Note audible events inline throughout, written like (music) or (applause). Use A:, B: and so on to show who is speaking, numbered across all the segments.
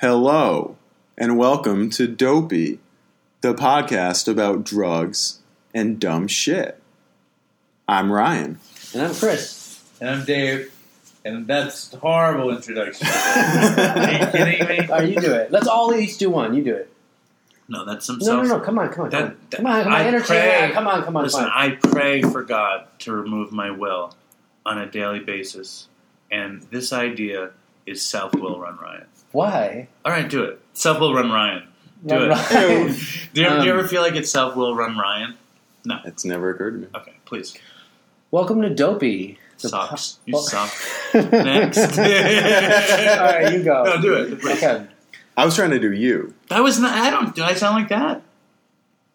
A: Hello, and welcome to Dopey, the podcast about drugs and dumb shit. I'm Ryan.
B: And I'm Chris.
C: And I'm Dave. And that's a horrible
B: (laughs)
C: introduction. Are you kidding me?
B: All right, you do it. Let's all each do one. You do it.
C: No, that's some
B: No, no,
C: self-
B: no. Come on, come on, come
C: That-
B: on.
C: that-
B: Come on, come on.
C: I
B: Entertain.
C: pray-
B: Come on, come on,
C: Listen,
B: come on.
C: I pray for God to remove my will on a daily basis. And this idea is South Will Run Riot.
B: Why?
C: All right, do it. South Will Run Riot. Do
B: Run
C: it.
B: riot.
C: Do you, do you
B: Um,
C: ever feel like it's South Will Run Ryan?
A: It's never occurred to me.
C: Okay, please.
B: (laughs) Welcome to Dopey. the oh.
C: Socks. You
B: well-
C: suck. Next.
B: Next. all right, you go.
C: (laughs) No, do it.
B: Oh. Okay.
A: I was trying to do you.
C: That was not. I don't. Do I sound like that?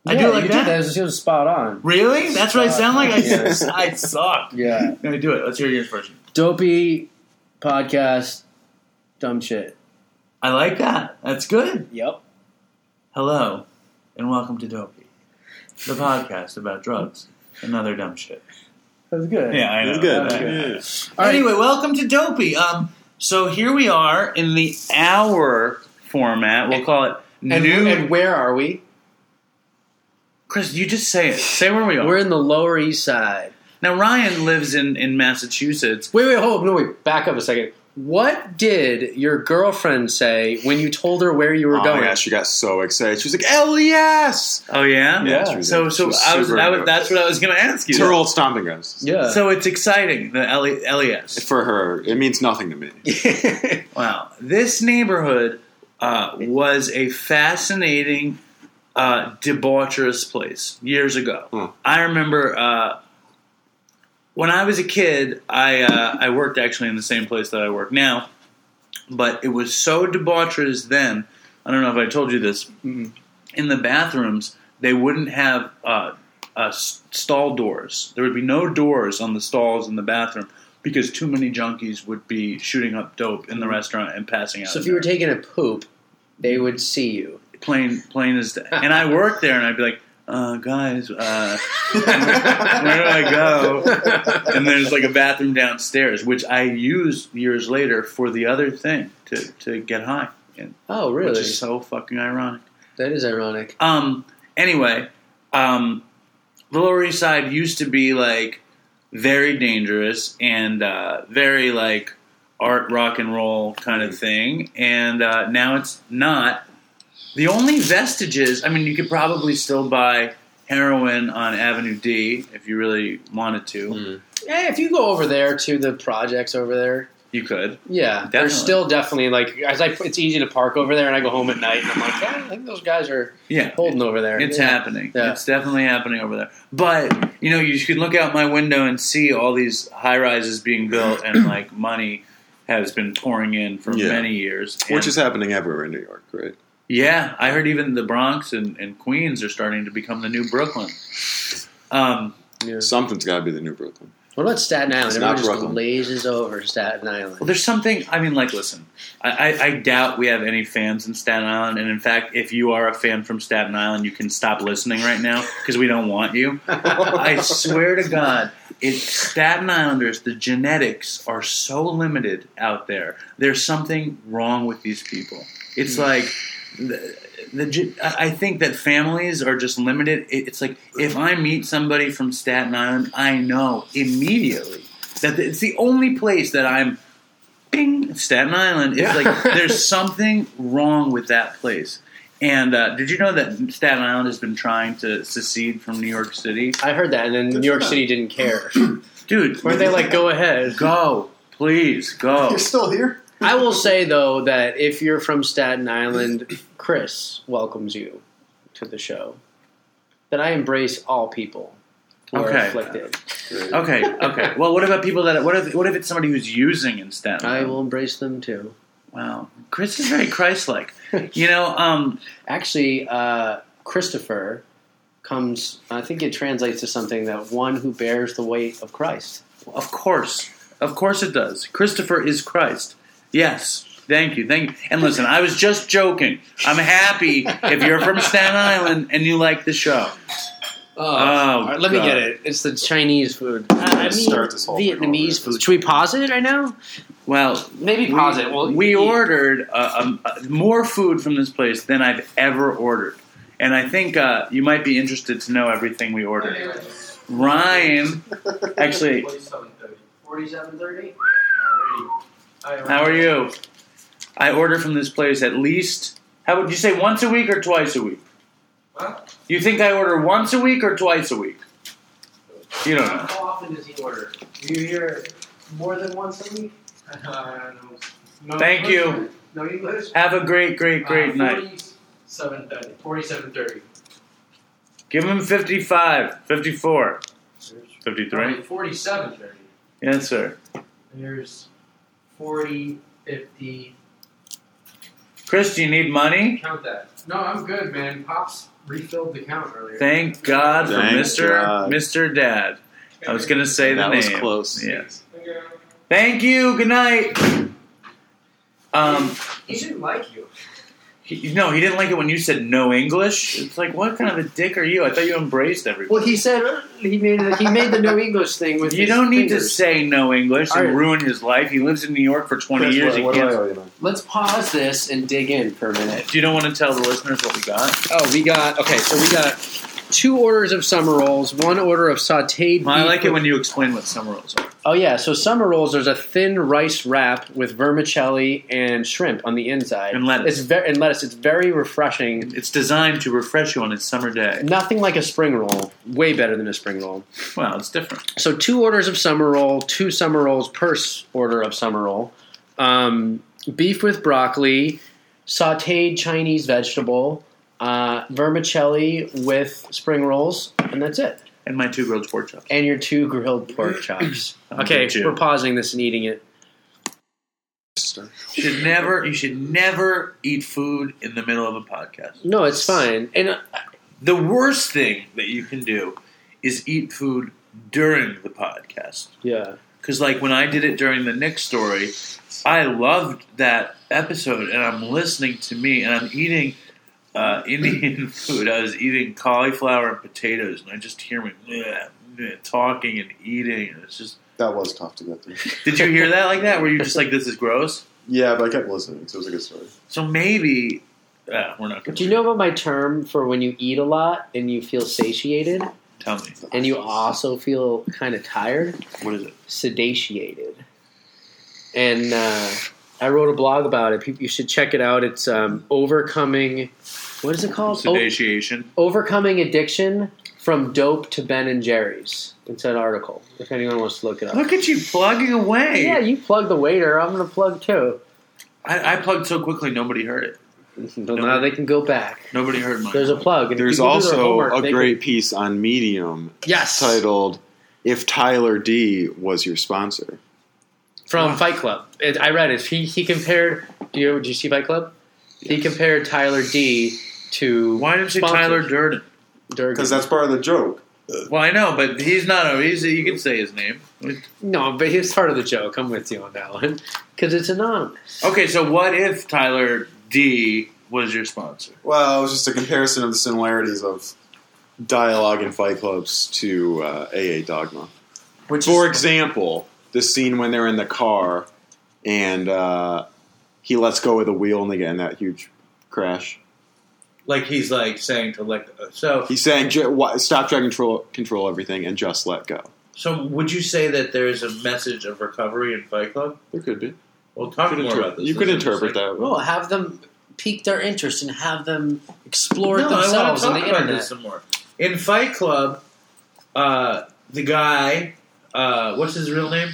C: I
B: Yeah,
C: do it like
B: you
C: that.
B: Did that. It was, it was spot on.
C: Really? That's what I sound like. I,
B: Yeah.
C: (laughs) I suck.
B: Yeah.
C: No, do it. Let's hear your version.
B: Dopey podcast. Dumb shit.
C: I like that. That's good.
B: Yep.
C: Hello, and welcome to Dopey, the podcast about drugs and other dumb shit.
B: That was good.
C: Yeah, I
A: It
C: know.
A: was good.
B: Okay.
C: Yeah.
A: Yeah.
B: All right.
C: Anyway, welcome to Dopey. Um, so here we are in the hour format. We'll call it
B: And,
C: new.
B: and where are we?
C: Chris, you just say it. Say where we are.
B: We're in the Lower East Side.
C: now Ryan lives in in Massachusetts.
B: Wait, wait, hold up. No, wait. Back up a second. What did your girlfriend say when you told her where you were
A: Oh
B: going?
A: my gosh, she got so excited. She was like, "LES!"
C: Oh yeah.
A: Yeah, she was-
C: So
A: she
C: so
A: was
C: I was,
A: super
C: I was
A: into it.
C: that's what I was going to ask you.
A: It's her old stomping grounds.
B: Yeah.
C: So it's exciting. The L- E LES.
A: For her, it means nothing to
C: (laughs)
A: me.
C: Wow. This neighborhood uh, was a fascinating, uh, debaucherous place years ago.
A: Hmm.
C: I remember uh, when I was a kid, I, uh, I worked actually in the same place that I work now, but it was so debaucherous then. I don't know if I told you this. In the bathrooms, they wouldn't have uh, uh, s- stall doors. There would be no doors on the stalls in the bathroom because too many junkies would be shooting up dope in the restaurant and passing out.
B: So if
C: in
B: you were
C: there.
B: taking a poop, they would see you.
C: plain, plain as day. and I worked there, and I'd be like, uh, "Guys, uh, (laughs) where do I go?" And there's like a bathroom downstairs, which I used years later for the other thing to to get high, and,
B: (laughs) Oh, really?
C: which is so fucking ironic.
B: that is ironic.
C: Um. Anyway, um, the Lower East Side used to be like very dangerous and uh, very like art rock and roll kind of thing, and uh, now it's not. The only vestiges, I mean, you could probably still buy heroin on Avenue D if you really wanted to.
B: Eh, if you go over there to the projects over there,
C: You could.
B: yeah, they're
C: Definitely.
B: still definitely like. As I, it's easy to park over there, and I go home at night, and I'm like, yeah, I think those guys are
C: Yeah.
B: holding over there.
C: It's
B: yeah.
C: happening.
B: Yeah.
C: It's definitely happening over there. But you know, you can look out my window and see all these high rises being built,
A: (clears throat)
C: and like money has been pouring in for
A: Yeah.
C: many years.
A: Which
C: And-
A: is happening everywhere in New York, right?
C: yeah, I heard even the Bronx and, and Queens are starting to become the new Brooklyn. Um,
B: Yeah.
A: Something's got to be the new Brooklyn.
B: What about Staten Island?
A: It's
B: Everyone
A: not
B: just
A: Brooklyn.
B: glazes over Staten
C: well,
B: Island.
C: there's something. I mean, like, listen, I, I, I doubt we have any fans in Staten Island, and in fact, if you are a fan from Staten Island, you can stop listening right now because we don't want you. I swear to God, it's Staten Islanders. The genetics are so limited out there. There's something wrong with these people. It's
B: Mm.
C: like the, the ge- I I think that families are just limited. It- It's like if I meet somebody from Staten Island, I know immediately that it's the only place that I'm. Bing, Staten Island. It's
B: Yeah. (laughs)
C: like there's something wrong with that place. And uh, did you know that Staten Island has been trying to secede from New York City?
B: I heard that, and then New York
A: not-
B: City didn't care.
C: (laughs) Dude,
B: Where they like, go ahead.
C: go, please
B: (laughs)
C: go.
A: still here.
B: I will say though that if you're from Staten Island, Chris welcomes you to the show. That I embrace all people who are
C: Okay.
B: afflicted.
C: Okay, okay. Well, what about people that? What if? What if it's somebody who's using instead?
B: I will embrace them too.
C: Wow, Chris is very Christ-like. You know, um,
B: Actually, uh, Christopher comes. I think it translates to something that one who bears the weight of Christ.
C: of course, of course it does. Christopher is Christ. Yes. Thank you, thank you. And listen, I was just joking. I'm happy if you're from Staten Island and you like the show.
B: Oh,
C: Oh,
B: all right, let me
C: God.
B: get it. It's the Chinese food. I mean,
D: Let's start this whole thing
B: Vietnamese
D: over.
B: food. Should we pause it right now?
C: Well,
B: Maybe
C: we,
B: pause it. Well,
C: we
B: eat.
C: ordered uh, um, uh, more food from this place than I've ever ordered, and I think uh, you might be interested to know everything we ordered. Ryan, actually,
B: Forty-seven thirty.
C: how are you? I order from this place at least. How would you say once a week or twice a week?
B: What?
C: You think I order once a week or twice a week? You don't know.
B: How often does he order? Do you hear more than once a week?
C: (laughs)
E: No
C: Thank you.
E: No English?
C: Have a great, great, great
E: Uh,
C: night.
E: 730. 4730.
C: Give him 55, 54, 53.
E: 4730.
C: Yes, sir.
E: There's 40, 50.
C: Chris, do you need money?
E: Count that. No, I'm good, man. Pops refilled the count earlier.
C: Thank God for
A: Thank
C: Mr.
A: God.
C: Mr. Dad. I was gonna say the
A: that
C: name.
A: was close.
C: Yes. Thank you. Good night. Um,
E: He didn't like you.
C: he, no, he didn't like it when you said no English. It's like, what kind of a dick are you? I thought you embraced everything.
B: Well, he said uh, he made the, he made the no English thing with.
C: you
B: his
C: don't need to
B: fingers.
C: say no English and
B: Alright.
C: ruin his life. He lives in New York for 20
D: Chris,
C: years.
D: what,
C: He
D: what do I
C: can't.
D: owe you, man?
B: Let's pause this and dig in for a minute.
C: Do you don't want to tell the listeners what we got?
B: Oh, we got okay. So we got two orders of summer rolls, one order of sautéed.
C: I
B: beef
C: like it
B: with-
C: when you explain what summer rolls are.
B: Oh yeah, so summer rolls. There's a thin rice wrap with vermicelli and shrimp on the inside,
C: And lettuce.
B: It's very and lettuce. It's very refreshing.
C: It's designed to refresh you on a summer day.
B: Nothing like a spring roll. Way better than a spring roll.
C: Wow, it's different.
B: So two orders of summer roll, two summer rolls per s- order of summer roll. Um, beef with broccoli, sautéed Chinese vegetable, uh, vermicelli with spring rolls, and that's it.
C: And my two grilled pork chops.
B: And your two grilled pork chops.
C: I'm
B: okay,
C: good, Jim.
B: we're pausing this and eating it.
C: should never you should never eat food in the middle of a podcast.
B: No, it's fine. And uh,
C: The worst thing that you can do is eat food during the podcast.
B: yeah,
C: Cuz like when I did it during the Nick story, I loved that episode and I'm listening to me and I'm eating uh, Indian (laughs) food. I was eating cauliflower and potatoes and I just hear me bleh, bleh, talking and eating and it's just
D: That was tough to get through.
C: Did you hear that like that? Were you just like this is gross?
D: Yeah, but I kept listening, so it was a good story.
C: So maybe uh, we're not going
B: do
C: to
B: you know about my term for when you eat a lot and you feel satiated
C: tell me.
B: and you also feel kind of tired?
C: What is it?
B: sedatiated. And uh, I wrote a blog about it. Peop- You should check it out. It's um, overcoming. What is it called? O-
C: Sedatiation.
B: overcoming addiction from dope to Ben and Jerry's. It's an article. If anyone wants to look it up.
C: Look at you plugging away.
B: Yeah, you plug the waiter. I'm gonna plug too.
C: I, I plugged so quickly, nobody heard it.
B: So now they can go back.
C: Nobody heard mine.
B: There's a plug. And if
A: There's
B: people do their
A: also
B: homework,
A: a
B: they
A: great piece on Medium
B: can- yes
A: titled "If Tyler D was your sponsor."
B: from Fight Club. It, I read it. He he compared. Do you did you see Fight Club? He compared Tyler D to
C: Why didn't you say Tyler Durden?
B: Durden.
D: Because that's part of the joke.
C: Well, I know, but he's not. A, he's you can say his name.
B: No, but it's part of the joke. I'm with you on that one because it's anonymous.
C: Okay, so what if Tyler D was your sponsor?
D: Well, it was just a comparison of the similarities of
A: Dialogue in Fight Clubs to uh, AA Dogma.
B: Which
A: For example, the scene when they're in the car and uh, he lets go of the wheel and they get in that huge crash.
C: Like he's like saying to like. uh, So
A: He's saying, "Ju- why- "Stop trying to control, control everything and just let go."
C: so would you say that there's a message of recovery in Fight Club?
A: There could be.
C: Well, talk
A: Could
C: more
A: inter-
C: about this.
A: you could
C: This is
A: interpret
C: interesting.
A: that.
B: well, have them pique their interest and have them explore it
C: No, I want
B: themselves
C: to
B: on
C: talk
B: the
C: about
B: internet.
C: this some more. In Fight Club, uh, the guy, uh, what's his real name?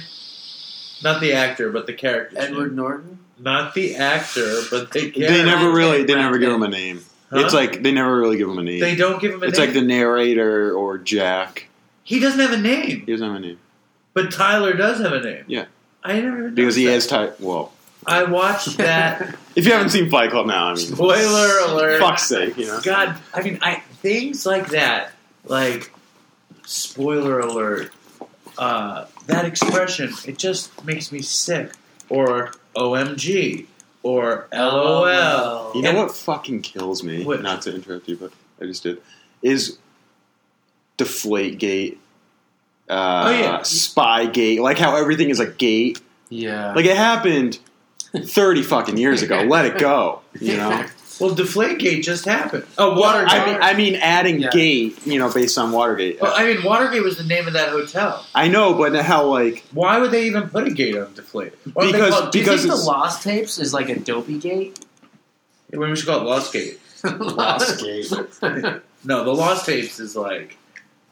C: Not the actor, but the character.
B: Edward Norton.
C: Not the actor, but the character.
A: they never really, they
B: Brad
A: never give
B: Pitt.
A: him a name.
C: Huh?
A: It's like they never really give him a name.
C: they don't give him a
A: it's
C: name.
A: like the narrator or Jack.
C: he doesn't have a name,
A: He doesn't have a name
C: but Tyler does have a name.
A: Yeah.
C: I never
A: because he has
C: noticed
A: type. Well,
C: that. I
A: (laughs)
C: watched that.
A: if you haven't seen Fight Club now, I mean,
C: spoiler alert.
A: fuck's sake, you know.
C: God, I mean, I things like that, like spoiler alert, uh, that expression, it just makes me sick. Or OMG, or
B: Oh.
C: LOL.
A: You know
C: And-
A: what fucking kills me?
C: What?
A: Not to interrupt you, but I just did. Is Deflate Gate, uh,
C: Oh, yeah.
A: Spy Gate, like how everything is a gate.
C: (laughs)
B: Yeah.
A: Like it happened thirty fucking years ago. Let it go. You
C: (laughs)
A: know.
C: Well, Deflategate just happened. Oh, Watergate.
A: I mean, I mean, adding
B: Yeah.
A: gate, you know, based on Watergate.
C: well, I mean, Watergate was the name of that hotel.
A: I know, but how like
C: Why would they even put a gate on Deflate? Why would
A: Because-
C: they call it,
A: be-
B: Do you
A: because
B: think the
A: it's-
B: Lost Tapes is like a dopey gate? (laughs)
C: we should call it Lost Gate.
D: Lost Gate.
C: No, the Lost Tapes is like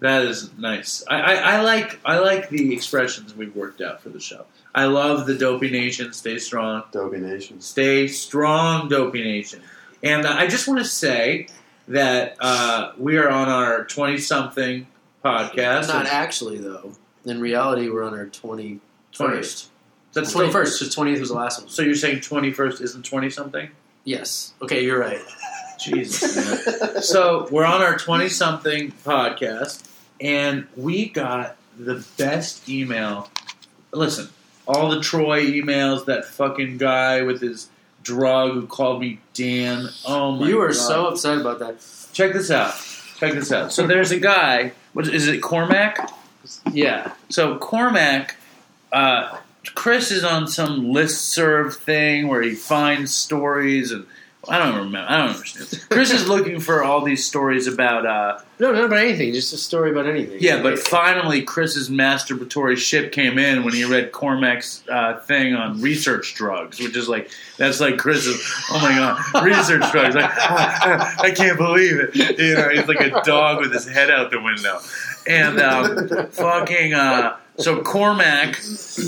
C: that is nice. I, I, I like I like the expressions we've worked out for the show. I love the Dopey Nation. Stay strong.
D: Adobe Nation.
C: Stay strong, Dopey Nation. And uh, I just want to say that uh, we are on our 20 something podcast.
B: Not actually, though. In reality, we're on our 21st.
C: 20th. That's
B: 21st, because 20th was the last one.
C: So you're saying 21st isn't 20 something?
B: Yes.
C: Oh
B: Okay, you're right.
C: (laughs) Jesus.
D: (laughs)
C: man. so we're on our 20 something podcast and we got the best email listen all the troy emails that fucking guy with his drug who called me dan oh my
B: you were
C: God.
B: so upset about that.
C: check this out check this out so there's a guy what is it cormac
B: Yeah.
C: so Cormac, uh, Chris is on some listserv thing where he finds stories and I don't remember. I don't understand. Chris is looking for all these stories about uh,
B: No, not about anything. Just a story about anything.
C: yeah, but finally Chris's masturbatory ship came in when he read Cormac's uh, thing on research drugs, which is like that's like Chris's. Oh my god, research drugs! Like (laughs) I can't believe it. You know, he's like a dog with his head out the window, and um, fucking. Uh, so Cormac,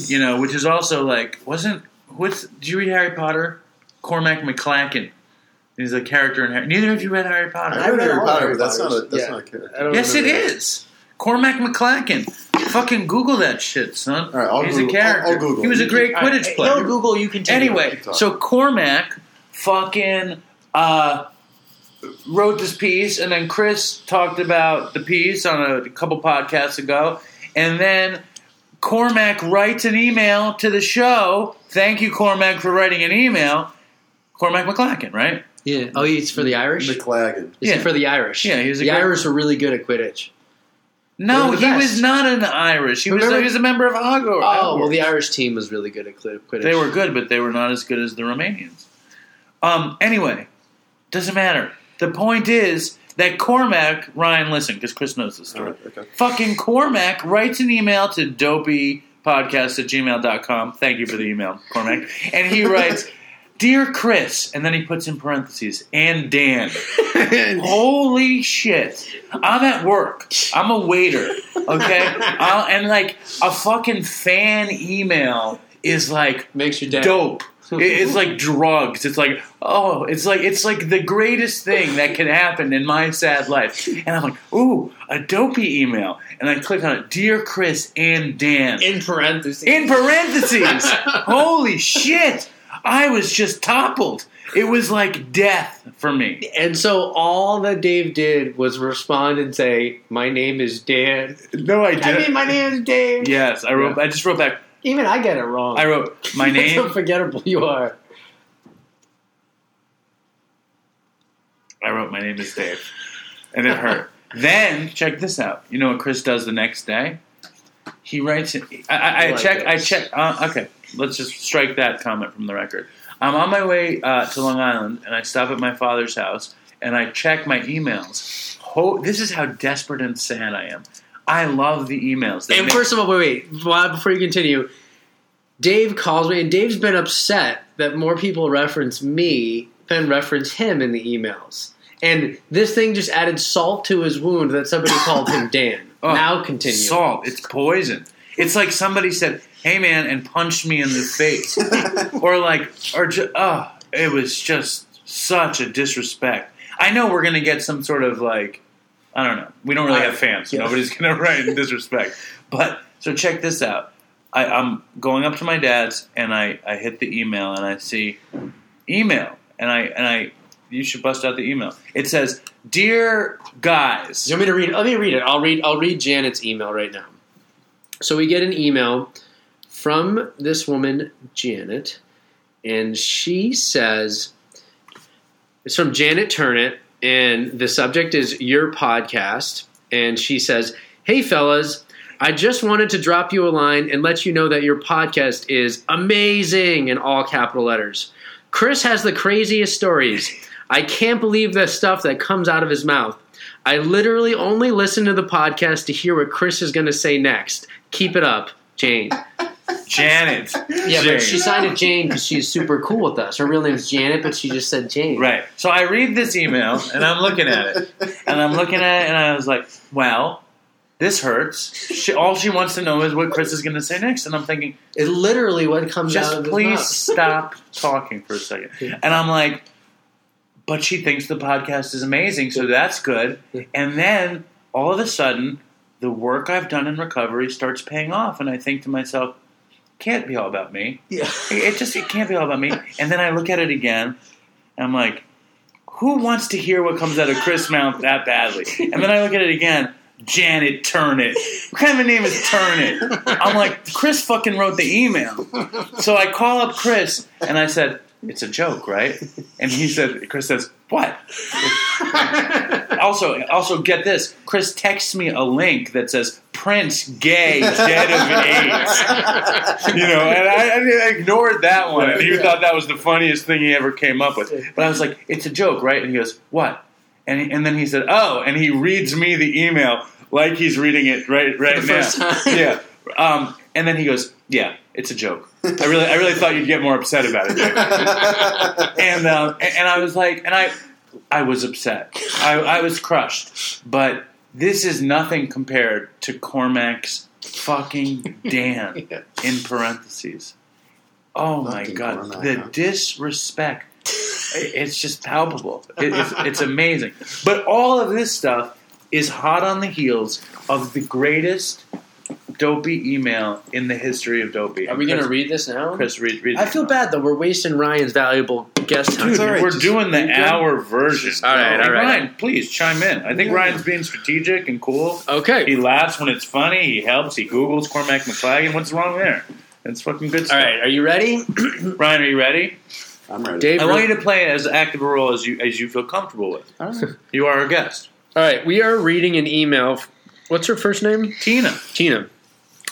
C: you know, which is also like wasn't what's? Did you read Harry Potter? Cormac McClacken. He's a character in Harry. Neither of you read Harry Potter.
D: I read Harry Potter, but that's not
B: Potters.
D: a that's
B: Yeah.
D: not a character.
B: I don't
C: Yes, it
B: remember.
C: is. Cormac McClacken. Fucking Google that shit, son.
D: All right, I'll
C: He's
D: Google-
C: a character.
D: I'll- I'll Google.
C: He was a great
B: All right,
C: Quidditch
B: hey,
C: player.
B: No, Google, you continue.
C: anyway,
D: keep talking.
C: so Cormac fucking uh, wrote this piece, and then Chris talked about the piece on a, couple podcasts ago, and then Cormac writes an email to the show. Thank you, Cormac, for writing an email. Cormac McClacken, right?
B: Yeah. Oh, it's for the Irish? It's
D: (laughs) McLagan.
C: Yeah.
B: for the Irish.
C: Yeah, he was a
B: the
C: great-
B: Irish were really good at Quidditch.
C: No,
B: They were the
C: he
B: best.
C: was not an Irish. He was, a,
B: Remember-
C: he was a member of Hogwarts.
B: Oh, well, the Irish team was really good at Quid- Quidditch.
C: They were good, but they were not as good as the Romanians. Um, anyway, doesn't matter. The point is that Cormac, Ryan, listen, because Chris knows this
D: All
C: story.
D: right, okay.
C: (laughs) Fucking Cormac writes an email to dopeypodcast at gmail.com. Thank you for the email, Cormac. And he writes, Dear Chris, and then he puts in parentheses, and Dan. Holy shit. I'm at work. I'm a waiter. Okay? Uh, and like a fucking fan email is like
B: Makes your day.
C: dope. It-
B: (laughs)
C: It's like drugs. It's like oh, it's like it's like the greatest thing that can happen in my sad life. And I'm like, ooh, a dopey email. And I click on it. Dear Chris and Dan.
B: In parentheses.
C: In
B: (laughs)
C: parentheses. Holy shit! I was just toppled. It was like death for me.
B: and so all that Dave did was respond and say, "My name is Dan."
C: No, I
B: I mean, my name is Dave.
C: Yes, I wrote. I just wrote back.
B: Even I get it wrong.
C: I wrote my
B: That's (laughs) how
C: name.
B: forgettable you are.
C: I wrote my name is Dave, and
B: (laughs)
C: it hurt. then check this out. You know what Chris does the next day? He writes. I, I, I
B: Like
C: check. I
B: this.
C: check. Uh, okay, let's just strike that comment from the record. I'm on my way uh, to Long Island, and I stop at my father's house, and I check my emails. Ho- this is how desperate and sad I am. I love the emails. They
B: And
C: make-
B: first of all, wait, wait, Vlad, before you continue, Dave calls me, and Dave's been upset that more people reference me than reference him in the emails. And this thing just added salt to his wound that somebody called him Dan.
C: (coughs) Oh,
B: now continue.
C: Salt. It's poison. It's like somebody said, "Hey man," and punched me in the face,
B: (laughs)
C: or like, or ju- oh, it was just such a disrespect. I know we're gonna get some sort of like, I don't know. We don't really have fans. so Nobody's gonna (laughs) write in disrespect. But so check this out. I, I'm going up to my dad's and I, I hit the email and I see email and I and I you should bust out the email. It says, "Dear guys,
B: Do you want me to read? Let me read it. I'll read. I'll read Janet's email right now. So we get an email from this woman, Janet, and she says it's from Janet Turnit, and the subject is your podcast. and she says, "Hey fellas, I just wanted to drop you a line and let you know that your podcast is amazing in all capital letters. Chris has the craziest stories. I can't believe the stuff that comes out of his mouth. I literally only listen to the podcast to hear what Chris is going to say next. Keep it up,
C: (laughs)
B: Jane."
C: Janet.
B: Yeah,
C: Jane.
B: but she signed it Jane because she's super cool with us. Her real name's Janet, but she just said Jane.
C: Right. So I read this email and I'm looking at it. And I'm looking at it and I was like, well, this hurts. She, all she wants to know is what Chris is going to say next. And I'm thinking,
B: It's literally what comes out
C: just
B: of (laughs)
C: please
B: his
C: stop talking for a second. And I'm like, but she thinks the podcast is amazing, so that's good. And then all of a sudden, the work I've done in recovery starts paying off. And I think to myself, can't be all about me.
B: mouth.
C: It just it can't be all about me. And then I look at it again, and I'm like, who wants to hear what comes out of Chris mouth that badly? And then I look at it again. Janet Turnit. What kind of a name is Turnit? I'm like, Chris fucking wrote the email. So I call up Chris and I said, It's a joke, right? And he said, Chris says, What? Also, also get this. Chris texts me a link that says Prince gay dead of AIDS you know, and I, I mean, I ignored that one. And he thought that was the funniest thing he ever came up with. But I was like, it's a joke, right? And he goes, what? And, he, and then he said, oh, and he reads me the email like he's reading it right right
B: the
C: now.
B: first time.
C: Yeah. (laughs) Um, and then he goes, yeah, it's a joke. I really I really thought you'd get more upset about it.
D: (laughs)
C: and um, and, and I was like, and I I was upset. I, I was crushed. But this is nothing compared to Cormac's
D: (laughs)
C: fucking Dan
B: Yeah.
C: in parentheses. Oh my
D: Fucking
C: god,
D: Cormac,
C: the
D: huh?
C: disrespect. I- It's just palpable. It, it's, it's amazing. But all of this stuff is hot on the heels of the greatest dopey email in the history of dopey.
B: Are we going to
C: Chris-
B: read this now?
C: Chris read, read
B: I
C: the
B: feel
C: email.
B: bad though. We're wasting Ryan's valuable guest time.
C: Dude,
D: all right,
C: we're
D: just-
C: doing the
D: you go.
C: hour version.
B: All right,
C: Hey,
B: all right.
C: Ryan, please chime in. I think
D: Yeah.
C: Ryan's being strategic and cool. He
B: Okay.
C: laughs when it's funny. He helps. He Googles Cormac McFlaggin. What's wrong there? That's fucking good
B: All
C: stuff.
B: right. Are you
C: (clears throat)
B: ready,
C: Ryan, are you ready?
D: I'm ready.
B: Dave?
C: I want you to play as active a role as you as you feel comfortable with.
D: All right.
C: You are our guest,
B: All right. We are reading an email. f- What's her first name?
C: Tina.
B: Tina.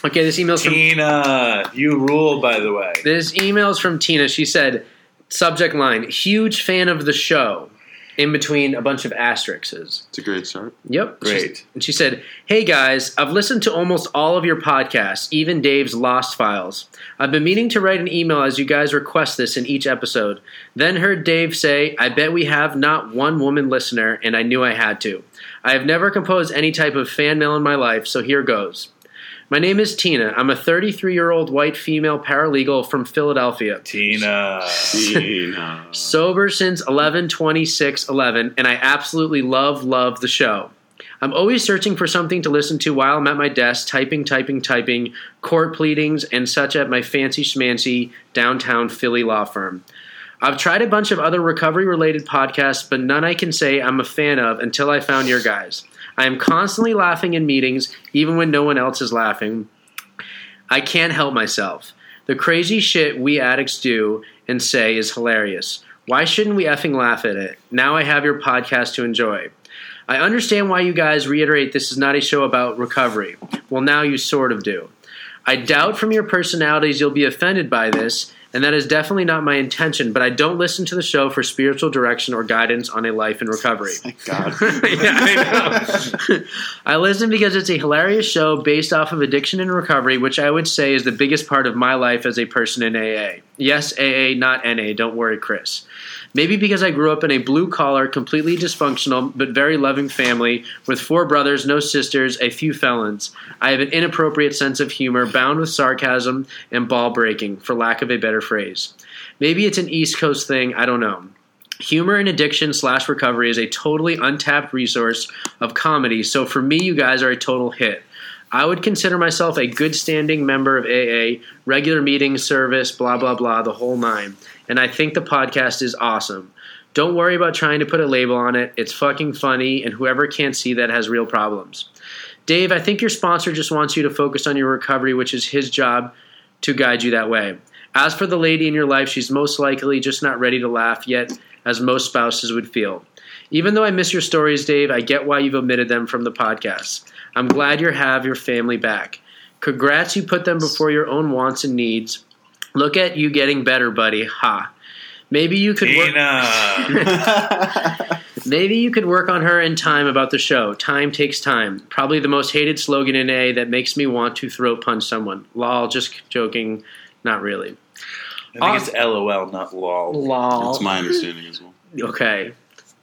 B: Okay. This email's from
C: Tina, you rule. By the way,
B: This email's from Tina. She said, subject line, huge fan of the show, in between a bunch of asterisks.
A: It's a great (laughs)
C: (laughs)
A: start.
B: Yep. She-
C: Great.
B: and she said, Hey guys, I've listened to almost all of your podcasts, even Dave's Lost Files. I've been meaning to write an email as you guys request this in each episode. Then heard Dave say, I bet we have not one woman listener, and I knew I had to. I have never composed any type of fan mail in my life, so here goes. My name is Tina. I'm a 33 year old white female paralegal from Philadelphia.
C: Tina.
A: Tina.
B: Sober since 11 26 11, and I absolutely love, love the show. I'm always searching for something to listen to while I'm at my desk, typing, typing, typing, court pleadings, and such at my fancy schmancy downtown Philly law firm. I've tried a bunch of other recovery related podcasts, but none I can say I'm a fan of until I found your guys. I am constantly laughing in meetings, even when no one else is laughing. I can't help myself. The crazy shit we addicts do and say is hilarious. Why shouldn't we effing laugh at it? Now I have your podcast to enjoy. I understand why you guys reiterate this is not a show about recovery. Well, now you sort of do. I doubt from your personalities you'll be offended by this, and that is definitely not my intention, but I don't listen to the show for spiritual direction or guidance on a life in recovery.
D: Thank God.
B: (laughs) Yeah, I know. (laughs) I listen because it's a hilarious show based off of addiction and recovery, which I would say is the biggest part of my life as a person in AA. Yes, AA, not NA. Don't worry, Chris. Maybe because I grew up in a blue collar, completely dysfunctional, but very loving family with four brothers, no sisters, a few felons. I have an inappropriate sense of humor, bound with sarcasm and ball breaking, for lack of a better phrase. Maybe it's an East Coast thing, I don't know. Humor and addiction slash recovery is a totally untapped resource of comedy, so for me, you guys are a total hit. I would consider myself a good standing member of AA, regular meeting, service, blah, blah, blah, the whole nine. And I think the podcast is awesome. Don't worry about trying to put a label on it. It's fucking funny, and whoever can't see that has real problems. Dave, I think your sponsor just wants you to focus on your recovery, which is his job to guide you that way. As for the lady in your life, she's most likely just not ready to laugh yet, as most spouses would feel. Even though I miss your stories, Dave, I get why you've omitted them from the podcast. I'm glad you have your family back. Congrats, you put them before your own wants and needs. Look at you getting better, buddy. Ha. Maybe you could work.
C: (laughs) Tina.
B: Maybe you could work on her in time about the show. Time takes time. Probably the most hated slogan in A that makes me want to throat punch someone. Lol, just joking. Not really.
C: I think it's LOL, not
B: (laughs)
C: lol. (laughs)
B: Lol.
A: That's my understanding as well.
B: Okay.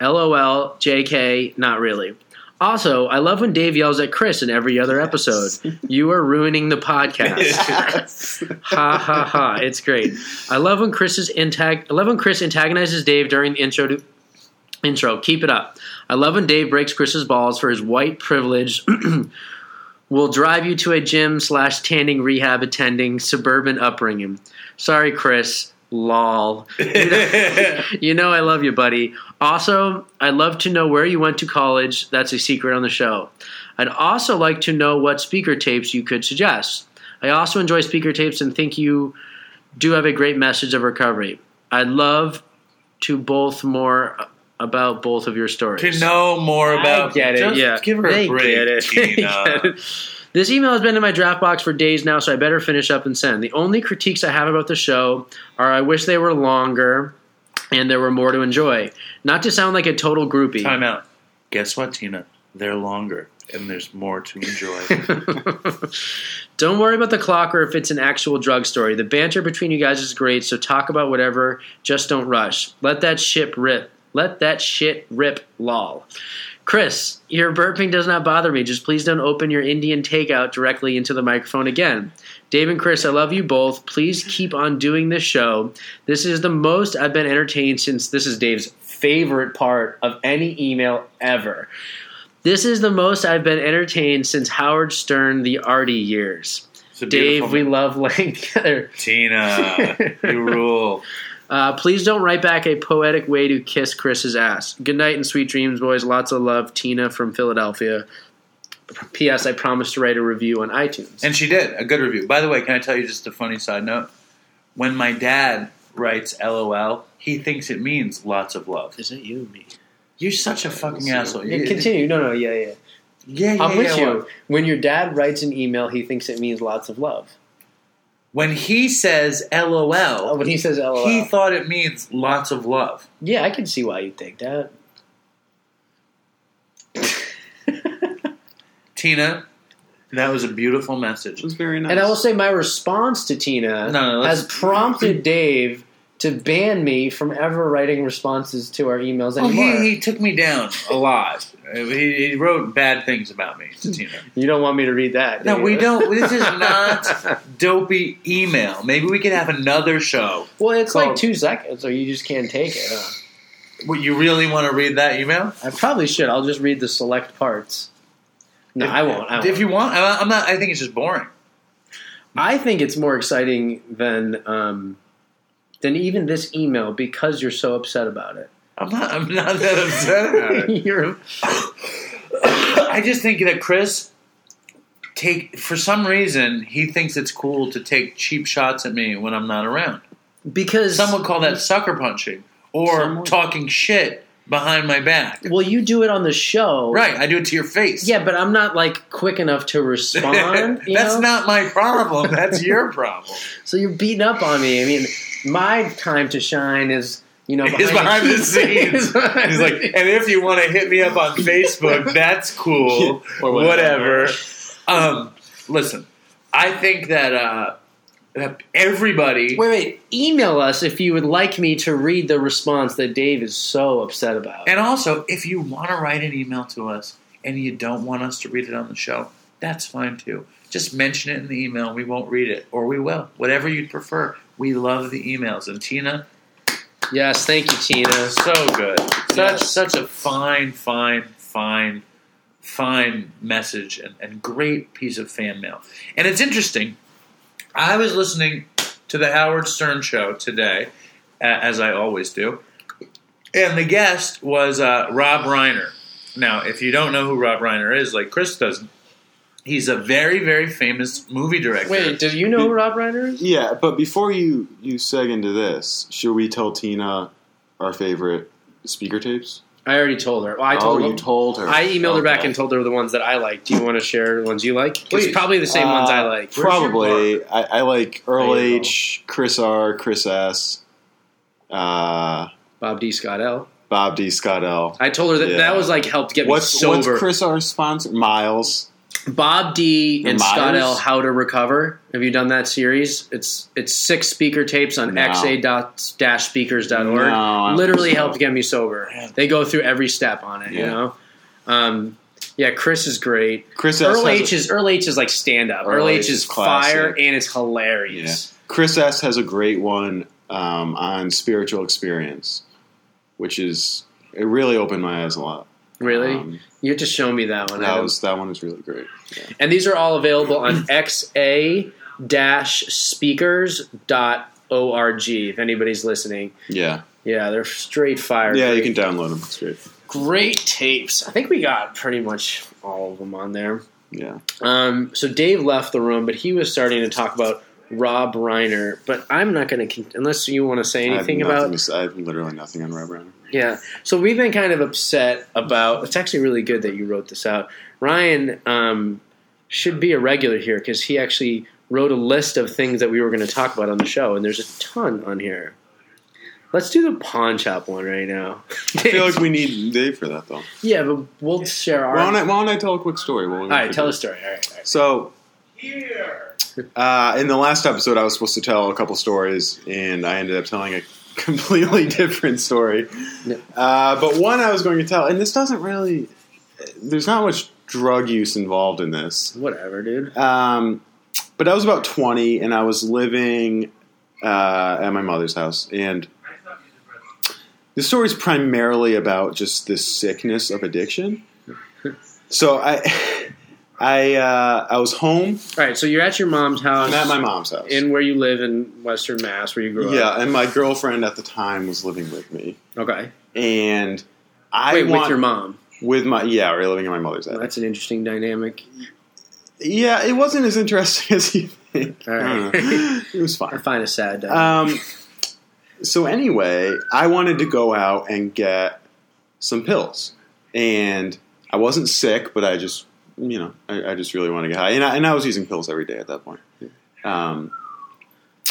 B: LOL, JK, not really. Also, I love when Dave yells at Chris in every other episode. You are ruining the
A: (laughs)
B: podcast. ha ha ha. It's great. I love when Chris is intag- I love when Chris antagonizes Dave during the intro to intro. Keep it up. I love when Dave breaks Chris's balls for his white privilege. (clears throat) Will drive you to a gym slash tanning rehab attending suburban upbringing. Sorry, Chris. Lol. (laughs) You know I love you, buddy. Also, I'd love to know where you went to college. That's a secret on the show. I'd also like to know what speaker tapes you could suggest. I also enjoy speaker tapes and think you do have a great message of recovery. I'd love to both more about both of your stories.
C: to know more about.
B: I get it.
C: Just
B: yeah,
C: give her
B: they
C: a break,
B: Get it. (laughs) They
C: Tina.
B: get it. This email has been in my draft box for days now, so I better finish up and send. The only critiques I have about the show are I wish they were longer and there were more to enjoy. Not to sound like a total groupie.
C: Time out. Guess what, Tina? They're longer, and there's more
B: (laughs)
C: to enjoy.
B: Don't worry about the clock or if it's an actual drug story. The banter between you guys is great, so talk about whatever. Just don't rush. Let that shit rip. Let that shit rip, lol. Chris, your burping does not bother me. Just please don't open your Indian takeout directly into the microphone again. Dave and Chris, I love you both. Please keep on doing this show. This is the most I've been entertained since this is Dave's favorite part of any email ever. This is the most I've been entertained since Howard Stern, the Artie years.
C: It's a beautiful
B: Dave, we
C: moment.
B: love laying (laughs) together.
C: Tina, you
B: (laughs)
C: rule.
B: Uh, please don't write back a poetic way to kiss Chris's ass. Good night and sweet dreams, boys. Lots of love, Tina from Philadelphia. P.S. I promised to write a review on iTunes.
C: And she did a good review. By the way, can I tell you just a funny side note? When my dad writes "LOL," he thinks it means lots of love.
B: is it you, and me?
C: You're such a fucking
D: Yeah,
C: asshole.
B: Yeah,
C: You-
B: continue. No, no, yeah, yeah.
C: Yeah, yeah,
B: I'm with
C: yeah,
B: you.
C: well,
B: When your dad writes an email, he thinks it means lots of love.
C: When he says "LOL,"
B: Oh, when he says "lol,"
C: he thought it means lots of love.
B: yeah, I can see why you think
C: (laughs)
B: that.
C: Tina, that was a beautiful message.
A: It was very nice.
B: And I will say my response to Tina
C: No, no, let's-
B: has prompted Dave to ban me from ever writing responses to our emails
C: Oh,
B: anymore.
C: he, he took me down a lot. he, he wrote bad things about me to Tina.
B: You don't want me to read that. do
C: No,
B: you?
C: we don't.
B: (laughs)
C: This is not
A: (laughs)
C: dopey email. Maybe we could have another show.
B: well, it's like
C: Called-
B: two seconds, so you just can't take
C: (sighs)
B: it. huh?
C: What, you really want to read that email?
B: I probably should. I'll just read the select parts. No, I won't. I, won't.
C: If you want, I- I'm not. I think it's just boring.
B: I think it's more exciting than um, than even this email because you're so upset about it.
C: I'm not. I'm not that (laughs) upset
A: (laughs)
C: about
B: (laughs)
C: it.
B: you're
C: I just think that Chris take for some reason he thinks it's cool to take cheap shots at me when I'm not around.
B: because
C: Some would call that sucker punching or
A: Some would.
C: talking shit behind my back.
B: well, you do it on the show,
C: Right, I do it to your face. (laughs)
B: Yeah, but I'm not like quick enough to respond. You
C: That's
B: know?
C: not my problem. That's
B: (laughs)
C: your problem.
B: so you're beating up on me. I mean, my time to shine is you know
C: It's
B: behind, (laughs)
C: behind the scenes.
B: It's behind
C: He's
B: the
C: like,
B: scenes.
C: and if you want to hit me up
B: (laughs)
C: on Facebook, that's cool.
A: Or
C: whatever.
A: whatever.
C: Um, listen, I think that uh, that everybody.
B: wait, wait. Email us if you would like me to read the response that Dave is so upset about.
C: And also, if you want to write an email to us and you don't want us to read it on the show, that's fine too. Just mention it in the email. and We won't read it, or we will. Whatever you'd prefer. We love the emails. And Tina,
B: yes, thank you, Tina.
C: so good. Such
B: Yes.
C: such a fine, fine, fine, fine message and, and great piece of fan mail. And it's interesting. I was listening to the Howard Stern show today, a- as I always do, and the guest was uh, Rob Reiner. Now, if you don't know who Rob Reiner is, like Chris doesn't, he's a very, very famous movie director.
B: Wait, do you know who Rob Reiner is?
A: Yeah, but before you you seg into this, should we tell Tina our favorite speaker tapes?
B: I already told her. Well, I told
F: oh, you
B: her-
F: told her.
B: I emailed her back
F: Okay.
B: and told her the ones that I like. Do you want to share the ones you like? It's
C: Please.
B: probably the same ones I
F: Uh,
B: like.
E: Where's your
D: Probably. I, I like Earl
B: There you go.
D: H, Chris R, Chris S, uh,
B: Bob D. Scott L.
D: Bob D, Scott L.
B: I told her that
D: Yeah.
B: that was like helped get me
D: What's, what's
B: sober.
D: Chris R's sponsor? Miles.
B: Bob D. and
D: Myers?
B: Scott L. How to Recover. Have you done that series? It's it's six speaker tapes on
D: No.
B: xa-speakers.org.
D: No, I don't
B: Literally
D: think so.
B: helped get me sober. They go through every step on it. You
D: Yeah.
B: know, um, yeah. Chris is great.
D: Chris S.
B: Earl
D: has
B: H
D: a-
B: is Earl H is like stand up. Earl,
D: Earl
B: H,
D: H
B: is
D: is classic.
B: fire and it's hilarious.
D: Chris S has a great one um, on spiritual experience, which is it really opened my eyes a lot.
B: Really,
D: Um,
B: you have to show me that one.
D: that
B: Adam.
D: was that one is really great.
B: And these are all available on (clears throat) xa-speakers.org if anybody's listening.
D: Yeah,
B: Yeah, they're straight fire.
D: yeah, you
B: Great-
D: can download them. It's great.
B: Great tapes. I think we got pretty much all of them on there.
D: Yeah,
B: Um, so Dave left the room, but he was starting to talk about Rob Reiner. But I'm not going to, unless you want to say anything
D: I have nothing
B: about
D: to say- I have literally nothing on Rob Reiner.
B: Yeah. So we've been kind of upset about. It's actually really good that you wrote this out. Ryan um, should be a regular here because he actually wrote a list of things that we were going to talk about on the show, and there's a ton on here. Let's do the pawn shop one right now.
D: I
B: (laughs)
D: feel like we need Dave for that though.
B: yeah, but we'll share our.
D: Why don't I, why don't I tell a quick story? All
B: all right, tell a story. All right, all right.
D: So, uh, in the last episode, I was supposed to tell a couple stories, and I ended up telling a (laughs) completely different story.
B: Yeah.
D: Uh, but one I was going to tell, and this doesn't really, there's not much drug use involved in this.
B: Whatever, dude.
D: Um, but I was about 20, and I was living uh, at my mother's house, and the story is primarily about just this sickness of addiction. So I, I, uh, I was home,
B: All right, so you're at your mom's house,
D: I'm at my mom's house.
B: in where you live in Western Mass, where you grew
D: yeah, and my girlfriend at the time was living with me,
B: up. Okay.
D: and I
B: Wait,
D: want,
B: with your mom.
D: with my yeah, we we're living in my mother's house.
B: That's an interesting dynamic.
D: Yeah, it wasn't as interesting as you think.
B: All
D: I don't
B: right.
D: know. it was
B: I
D: fine.
B: find it sad. Dynamic.
D: Um, so anyway, I wanted to go out and get some pills, and I wasn't sick, but I just you know I, I just really wanted to get high, and I, and I was using pills every day at that point. Um,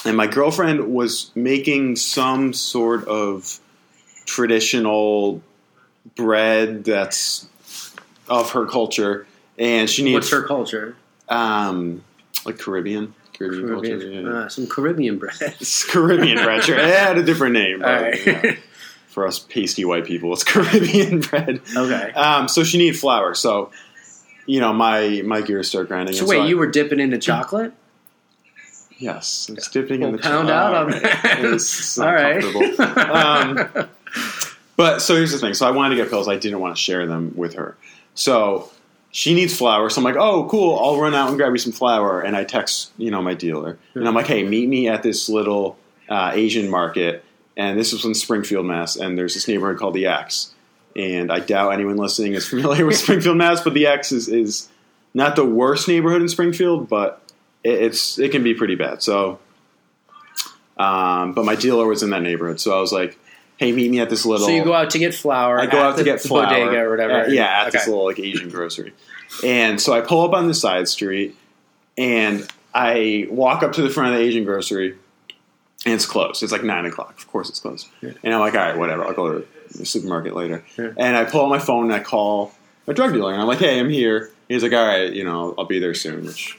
D: and my girlfriend was making some sort of traditional bread that's of her culture, and she needs
B: What's her culture?
D: um like Caribbean. Caribbean, culture. yeah.
B: Caribbean, uh, some Caribbean bread.
D: It's Caribbean bread. Sure. It had a different name.
B: (laughs) All
D: but,
B: right.
D: you know, for us pasty white people, it's (laughs) Caribbean bread.
B: okay.
D: Um, so she needed flour. So, you know, my, my gears start grinding.
B: So
D: and
B: wait,
D: I-
B: you were dipping into chocolate?
D: Yes. It's dipping
B: Well,
D: in the
B: pound
D: Oh,
B: out on
D: right.
B: that.
D: It's
B: (laughs)
D: so
B: All right.
D: uncomfortable. (laughs) Um, But so here's the thing. So I wanted to get pills. I didn't want to share them with her. So she needs flour. So I'm like, oh, cool. I'll run out and grab you some flour. And I text, you know, my dealer. And I'm like, hey, meet me at this little uh, Asian market. And this was in Springfield, Mass. And there's this neighborhood called the X. And I doubt anyone listening is (laughs) familiar with Springfield, Mass. But the X is, is not the worst neighborhood in Springfield, but it, it's it can be pretty bad. So, um, but my dealer was in that neighborhood. So I was like, hey, meet me at this little.
B: so you go out to get flour.
D: I go
B: at
D: out to
B: the
D: get flour,
B: bodega or whatever.
D: Uh, yeah, at
B: okay.
D: this little like Asian grocery, and so I pull up on the side street, and I walk up to the front of the Asian grocery, and it's closed. It's like nine o'clock. Of course, it's closed. And I'm like, all right, whatever. I'll go to the supermarket later.
B: Yeah.
D: And I pull out my phone and I call my drug dealer, and I'm like, hey, I'm here. He's like, all right, you know, I'll be there soon, which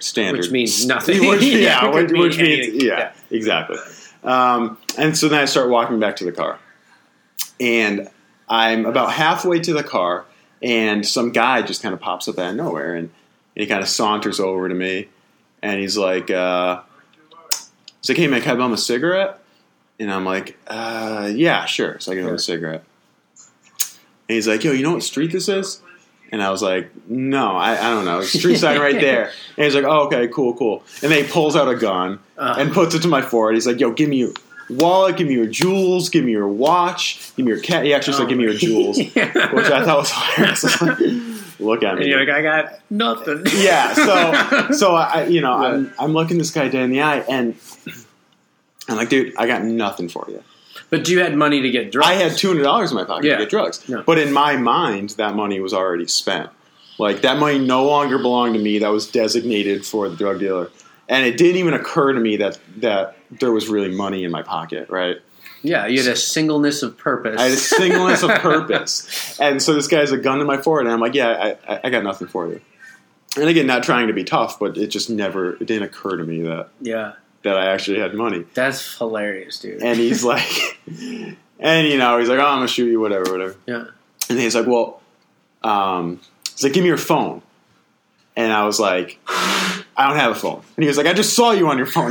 D: standard,
B: Which means nothing.
D: (laughs) Which-
B: (laughs)
D: yeah,
B: It
D: which,
B: could mean
D: which
B: anything.
D: means yeah, exactly. Um, and so then I start walking back to the car, and I'm about halfway to the car, and some guy just kind of pops up out of nowhere, and, and he kind of saunters over to me, and he's like, uh, he's like, "Hey man, can I bum a cigarette?" And I'm like, uh, "Yeah, sure." So I give him a cigarette, and he's like, "Yo, you know what street this is?" And I was like, "No, I, I don't know. It's a Street sign right
B: (laughs)
D: there." And he's like, "Oh, okay, cool, cool." And then he pulls out a gun
B: Uh,
D: and puts it to my forehead. He's like, "Yo, give me your wallet, give me your jewels, give me your watch, give me your cat." He actually said, "Give me
B: Oh.
D: your jewels," which
B: (laughs) yeah.
D: I thought was
B: (laughs)
D: hilarious. (laughs) I was like, Look at
B: and
D: me.
B: you're like, I got nothing.
D: (laughs) yeah. So, so I, you know, I'm I'm looking this guy dead in the eye, and I'm like, dude, I got nothing for you.
B: (laughs) But you had money to get drugs.
D: I had two hundred dollars in my pocket
B: Yeah.
D: to get drugs.
B: Yeah.
D: But in my mind, that money was already spent. Like that money no longer belonged to me. That was designated for the drug dealer, and it didn't even occur to me that that there was really money in my pocket. Right?
B: Yeah, you had a singleness of purpose.
D: I had a singleness of
B: (laughs)
D: purpose, and so this guy's a gun to my forehead, and I'm like, yeah, I, I, I got nothing for you. And again, not trying to be tough, but it just never it didn't occur to me that
B: yeah,
D: that I actually had money.
B: that's hilarious, dude.
D: And he's like, (laughs) and you know, he's like, oh, I'm gonna shoot you, whatever, whatever.
B: (laughs) yeah,
D: And he's like, well, um, he's like, give me your phone. And I was like, (sighs) I don't have a phone. And he was like, I just saw you on your phone. (laughs) I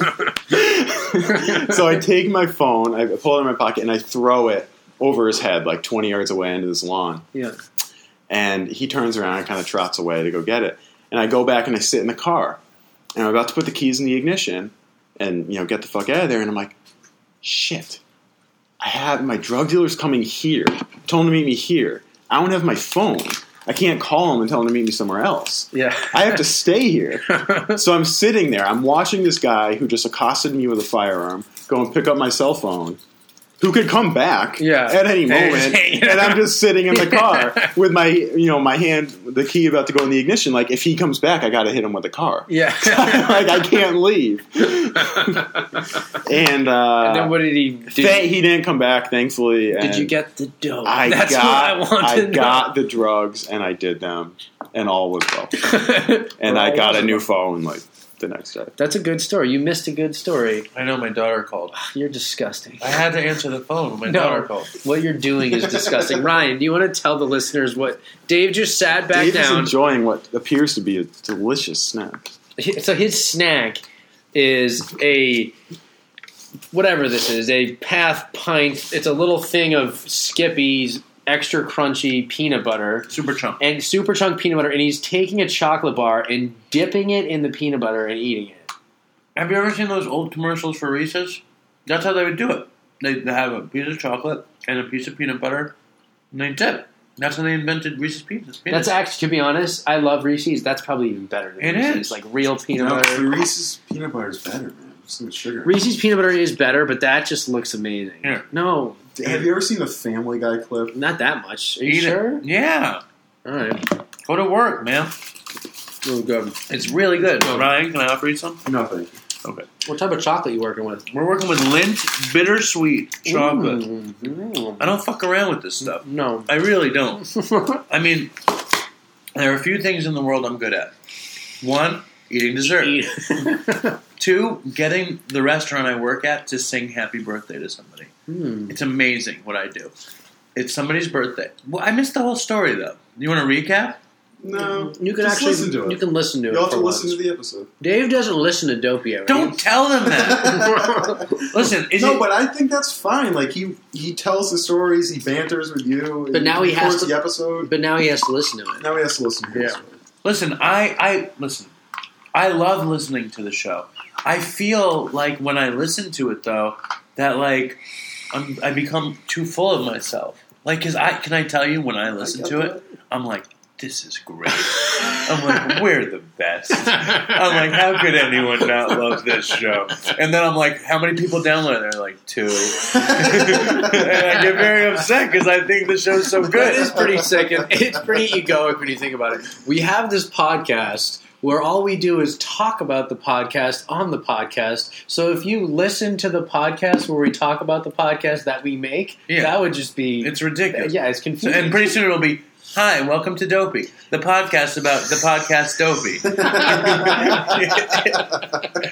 D: was like, fucking. so I take my phone, I pull it in my pocket, and I throw it over his head, like 20 yards away into this lawn.
B: yeah.
D: And he turns around and kind of trots away to go get it. And I go back and I sit in the car. And I'm about to put the keys in the ignition and, you know, get the fuck out of there. And I'm like, shit. I have my drug dealer's coming here. Told him to meet me here. I don't have my phone. I can't call him and tell him to meet me somewhere else.
B: Yeah.
D: I have to stay here. So I'm sitting there. I'm watching this guy who just accosted me with a firearm go and pick up my cell phone, who could come back
B: Yeah.
D: at any
B: (laughs)
D: moment.
C: Yeah.
D: And I'm just sitting in the car with my, you know, my hand, the key about to go in the ignition. Like if he comes back, I got to hit him with the
B: (laughs)
D: car. (laughs)
B: (laughs) yeah.
D: like I can't leave. and uh,
B: (laughs) and then what did he do?
D: thank- he didn't come back, thankfully. And
B: did you get the dough?
D: I
B: (laughs) that's
D: got,
B: what I want to know.
D: got the drugs and I did them, and all was well. and I
B: Right.
D: got a new phone like the next day.
B: (laughs) That's a good story. You missed a good story.
C: I know my daughter called.
B: You're disgusting.
C: I had to answer the phone when my
B: No.
C: daughter called.
B: What you're doing is
D: (laughs)
B: disgusting. Ryan, do you want to tell the listeners what Dave just sat back
D: Dave is
B: down?
D: enjoying what appears to be a delicious snack.
B: so his snack is a whatever this is a path pint it's a little thing of skippy's extra crunchy peanut butter
C: Super chump.
B: and super chunk peanut butter and he's taking a chocolate bar and dipping it in the peanut butter and eating it
C: Have you ever seen those old commercials for Reese's? That's how they would do it. They they have a piece of chocolate and a piece of peanut butter, and they dip. That's how they invented Reese's Pieces.
B: that's actually to be honest i love reese's that's probably even better than
C: It
B: reese's
C: is.
B: like real
A: You
B: peanut
A: know,
B: butter
A: the Reese's peanut butter is better, man. Just some sugar.
B: reese's peanut butter is better but that just looks amazing
C: Here.
B: no
A: Have you ever seen the Family Guy clip?
B: not that much are you
C: Eat it.
B: sure
C: Yeah.
B: all right
C: Go to work, man.
B: we'll go
C: It's really good. Ryan, can I offer you some?
A: Nothing.
B: what type of chocolate you working with
C: We're working with Lindt bittersweet chocolate.
B: Mm,
C: I don't fuck around with this
B: (laughs)
C: stuff.
B: No.
C: I really
B: Hmm.
C: don't. I mean, there are a few things in the world I'm good at. One, eating dessert. Two, getting the restaurant I work at to sing happy birthday to somebody.
B: Hmm.
C: It's amazing what I do. It's somebody's birthday. Well, I missed the whole story though. You want to recap?
A: No.
B: You can
A: Just
B: actually
A: listen to it.
B: You can listen to it.
A: You'll have
B: for
A: to listen
B: once.
A: to the
B: (laughs)
A: episode.
B: Dave doesn't listen to Dopey. Ever.
C: Don't tell them
A: (laughs)
C: that. Listen, is
A: no,
C: it,
A: but I think that's fine. Like he he tells the stories, he banters with you.
B: But now he has
A: records
B: to-
A: the episode.
B: But now he has to listen to it.
A: Now he has to listen. To
B: Yeah.
A: his story.
C: listen. I I listen. I love listening to the show. I feel like when I listen to it though, that like I'm, I become too full of myself. Like, cause I can I tell you when I listen
A: get
C: to it, I'm like, this is
B: (laughs)
C: great. I'm like, we're the best. I'm like, how could anyone not love this show? And then I'm like, how many people download it? They're like, two. (laughs) and I get very upset because I think the show's so
B: It
C: good.
B: is pretty sick. and (laughs) It's pretty egoic when you think about it. We have this podcast where all we do is talk about the podcast on the podcast. So if you listen to the podcast where we talk about the podcast that we make,
C: Yeah.
B: that would just be
C: It's ridiculous.
B: yeah, it's
C: So,
B: confusing.
C: and pretty soon it'll be, hi, welcome to Dopey, the podcast about the podcast Dopey.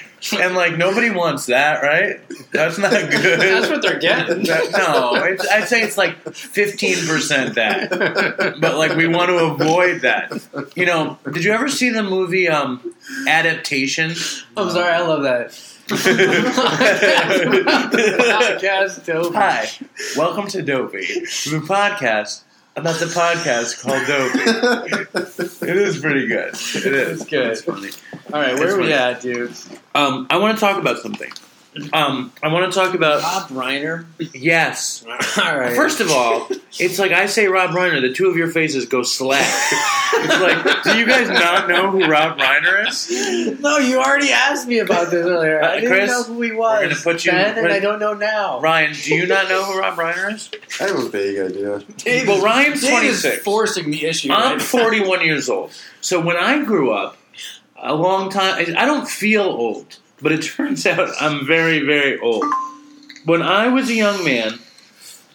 C: (laughs) and like, nobody wants that, right? That's not good.
B: That's what they're getting.
C: That- no, it's, I'd say it's like 15% that. But like, we want to avoid that. You know, did you ever see the movie um, Adaptation?
B: (laughs)
C: (laughs)
B: I'm sorry, I love that. podcast Dopey.
C: Hi, welcome to Dopey, the podcast about the podcast called Dopey. it is pretty good. It is.
B: good.
C: It's funny.
B: All right, where
C: It's
B: are we
C: funny.
B: at, dude?
C: Um, I want to talk about something. Um, I want to talk about
B: Rob
C: (coughs)
B: Reiner.
C: yes.
B: All right.
C: First of all, it's like I say Rob Reiner, the two of your faces go slack. It's like, do you guys not know who Rob Reiner is?
B: no, you already asked me about this earlier. I
C: Uh,
B: didn't
C: Chris,
B: know who he
C: we're gonna
B: was.
C: put you-
B: then,
C: we're-
B: and I don't know now.
C: Ryan, do you not know who Rob Reiner is?
D: I have a vague idea.
B: Dave
C: Well,
B: is-
C: Ryan's
B: Dave is
C: 26.
B: forcing the issue.
C: I'm
B: right?
C: 41 years old. So when I grew up, a long time, I I don't feel old, but it (laughs) turns out I'm very, very old. When I was a young man,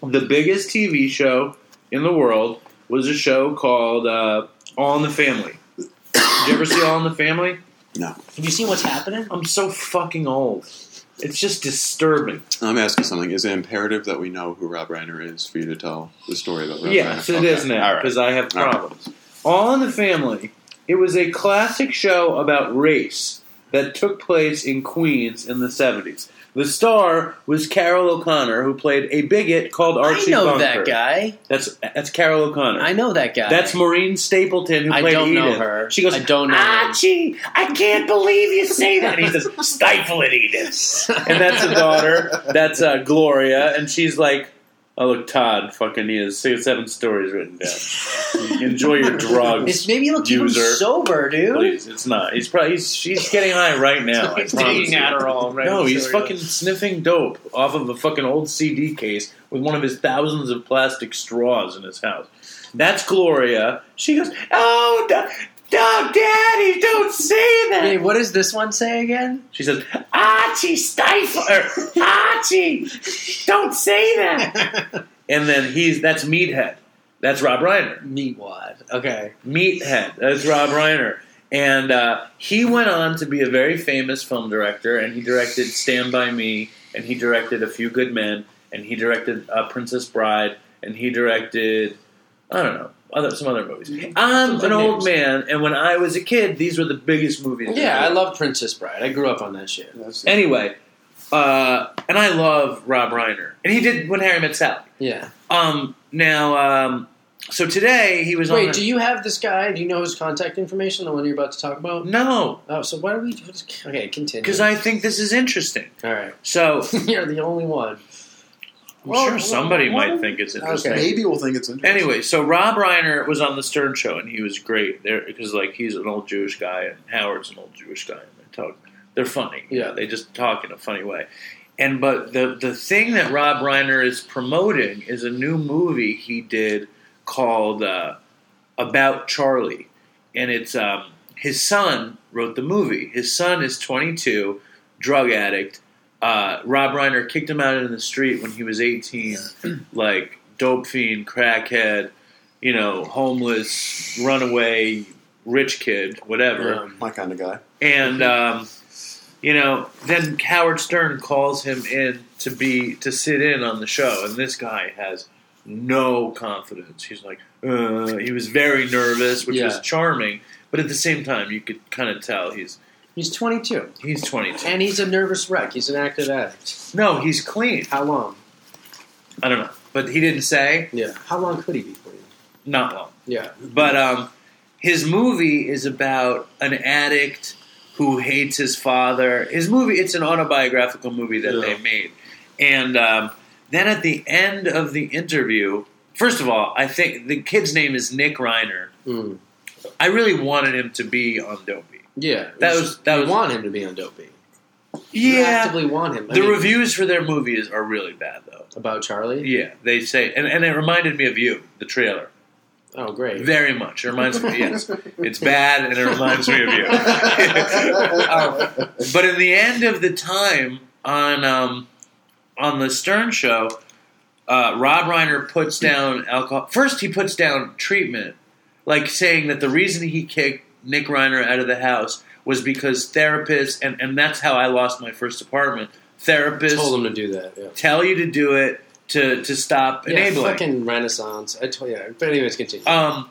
C: the biggest TV show in the world was a show called uh, All in the Family. Did you ever see All in the Family?
B: Have you seen what's happening?
C: I'm so fucking old. It's just disturbing.
D: I'm asking something. Is it imperative that we know who Rob Reiner is for you to tell the story about Rob
C: Yes,
D: Reiner?
C: it
D: Okay.
C: is
D: All
C: now
D: right.
C: because I have
D: All right.
C: problems. All in the Family. It was a classic show about race that took place in Queens in the seventies. The star was Carol O'Connor, who played a bigot called Archie.
B: I know
C: Bunker.
B: that guy.
C: That's that's Carol O'Connor.
B: I know that guy.
C: That's Maureen Stapleton, who
B: I
C: played
B: don't know
C: Edith. Oh,
B: her.
C: She goes, "Ah!"
B: I don't know her.
C: Archie, I can't believe you say that. And he (laughs) says, stifle it, Edith. (laughs) And that's
D: (laughs)
C: the daughter. That's uh, Gloria, and she's like, "Oh look, Todd, fucking he has six, seven stories written down. Enjoy your drugs,
B: (laughs) It's maybe it'll keep him
C: User.
B: sober, dude.
C: please." It's not. He's probably he's, she's getting high right now.
B: (laughs)
C: I
B: He's
C: promise
B: taking
C: you.
B: Adderall. Right
C: No,
B: I'm
C: he's
B: sure he
C: fucking sniffing dope off of a fucking old CD case with one of his thousands of plastic straws in his house. That's Gloria. She goes, "Oh, da- da- daddy, don't say that."
B: Wait, what does this one say again?
C: (laughs) She says, Archie, stifle her. Archie, don't say that. and then he's, that's Meathead. That's Rob Reiner.
B: Meatwad. Okay.
C: Meathead. That's Rob Reiner. And uh, he went on to be a very famous film director, and he directed Stand By Me, and he directed A Few Good Men, and he directed uh, Princess Bride, and he directed, I don't know, other, some other movies. I'm
B: Mm-hmm. Some
C: an
B: names.
C: old man, and when I was a kid, these were the biggest movies.
B: Yeah, I
C: I loved.
B: love Princess Bride. I grew up on that shit.
C: Anyway, uh, and I love Rob Reiner, and he did when Harry Met Sally.
B: Yeah.
C: Um, now, um, so today he was on.
B: Wait,
C: a-
B: do you have this guy? Do you know his contact information? The one you're about to talk about?
C: No,
B: Oh, so why do we? Okay, continue.
C: because I think this is interesting.
B: all right, (laughs)
C: So I'm
B: you're the only one.
C: sure somebody might think it's interesting.
B: Okay.
D: Maybe we'll think it's interesting.
C: Anyway, so Rob Reiner was on the Stern Show, and he was great there because like he's an old Jewish guy, and Howard's an old Jewish guy, and they talk. They're funny. you know,
B: Yeah.
C: they just talk in a funny way. And but the the thing that Rob Reiner is promoting is a new movie he did called uh, About Charlie, and it's um, his son wrote the movie. His son is 22, drug addict. Uh, Rob Reiner kicked him out in the street when he was 18, (clears throat) like dope fiend, crackhead, you know, homeless, runaway, rich kid, whatever.
B: Um,
D: My kind of guy.
C: And um, you know, then Howard Stern calls him in to be to sit in on the show, and this guy has no confidence. He's like, uh, he was very nervous, which was
B: Yeah.
C: charming, but at the same time, you could kind of tell he's
B: he's 22,
C: he's 22.
B: and he's a nervous wreck. He's an active addict.
C: No, he's clean.
B: How long?
C: I don't know, but he didn't say
B: Yeah. How long could he be for you?
C: not long.
B: Yeah.
C: But um, his movie is about an addict who hates his father. His movie, it's an autobiographical movie that they made. And um, then at the end of the interview, first of all, I think the kid's name is Nick Reiner.
B: Mm.
C: I really wanted him to be on Dopey.
B: Yeah.
C: That
B: You
C: was-
B: should-
C: that
B: you
C: was-
B: want him to be on dopey. You
C: Yeah.
B: actively want him. I
C: The
B: mean,
C: reviews for their movies are really bad, though.
B: about Charlie.
C: Yeah, they say, and, and it reminded me of you, the trailer,
B: Oh, great.
C: very much. It reminds me, yes, it's bad, and it reminds me
B: (laughs)
C: of
B: Oh,
C: you. Um, but in the end of the time on um, on the Stern show, uh, Rob Reiner puts down alcohol. First, he puts down treatment, like saying that the reason he kicked Nick Reiner out of the house was because therapists, and, and that's how I lost my first apartment. Therapists
B: Told him to do that. Yeah.
C: tell you to do it to to stop
B: Yeah,
C: enabling.
B: fucking Renaissance. I told you. Yeah. But anyways, continue.
C: Um,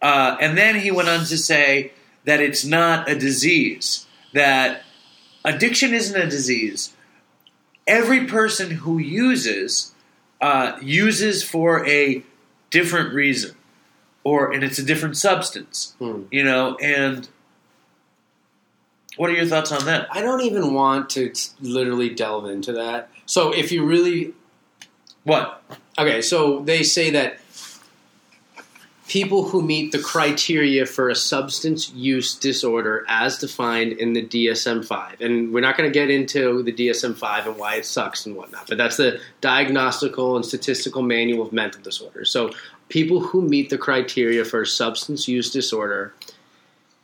C: uh, and then he went on to say that it's not a disease, that addiction isn't a disease. Every person who uses uh, uses for a different reason, or and it's a different substance,
B: Hmm.
C: you know. And What are your thoughts on that?
B: I don't even want to t- literally delve into that. So if you really
C: What?
B: okay, so they say that people who meet the criteria for a substance use disorder as defined in the DSM-5, and we're not going to get into the DSM-5 and why it sucks and whatnot, but that's the Diagnostical and Statistical Manual of Mental Disorders. So people who meet the criteria for a substance use disorder,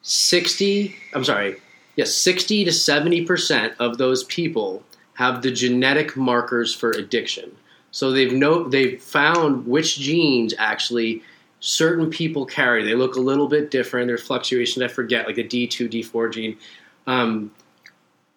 B: sixty, I'm sorry, yes, sixty to seventy percent of those people have the genetic markers for addiction. So they've no they've found which genes actually certain people carry. They look a little bit different. There's fluctuations. I forget, like the D2, D4 gene. Um,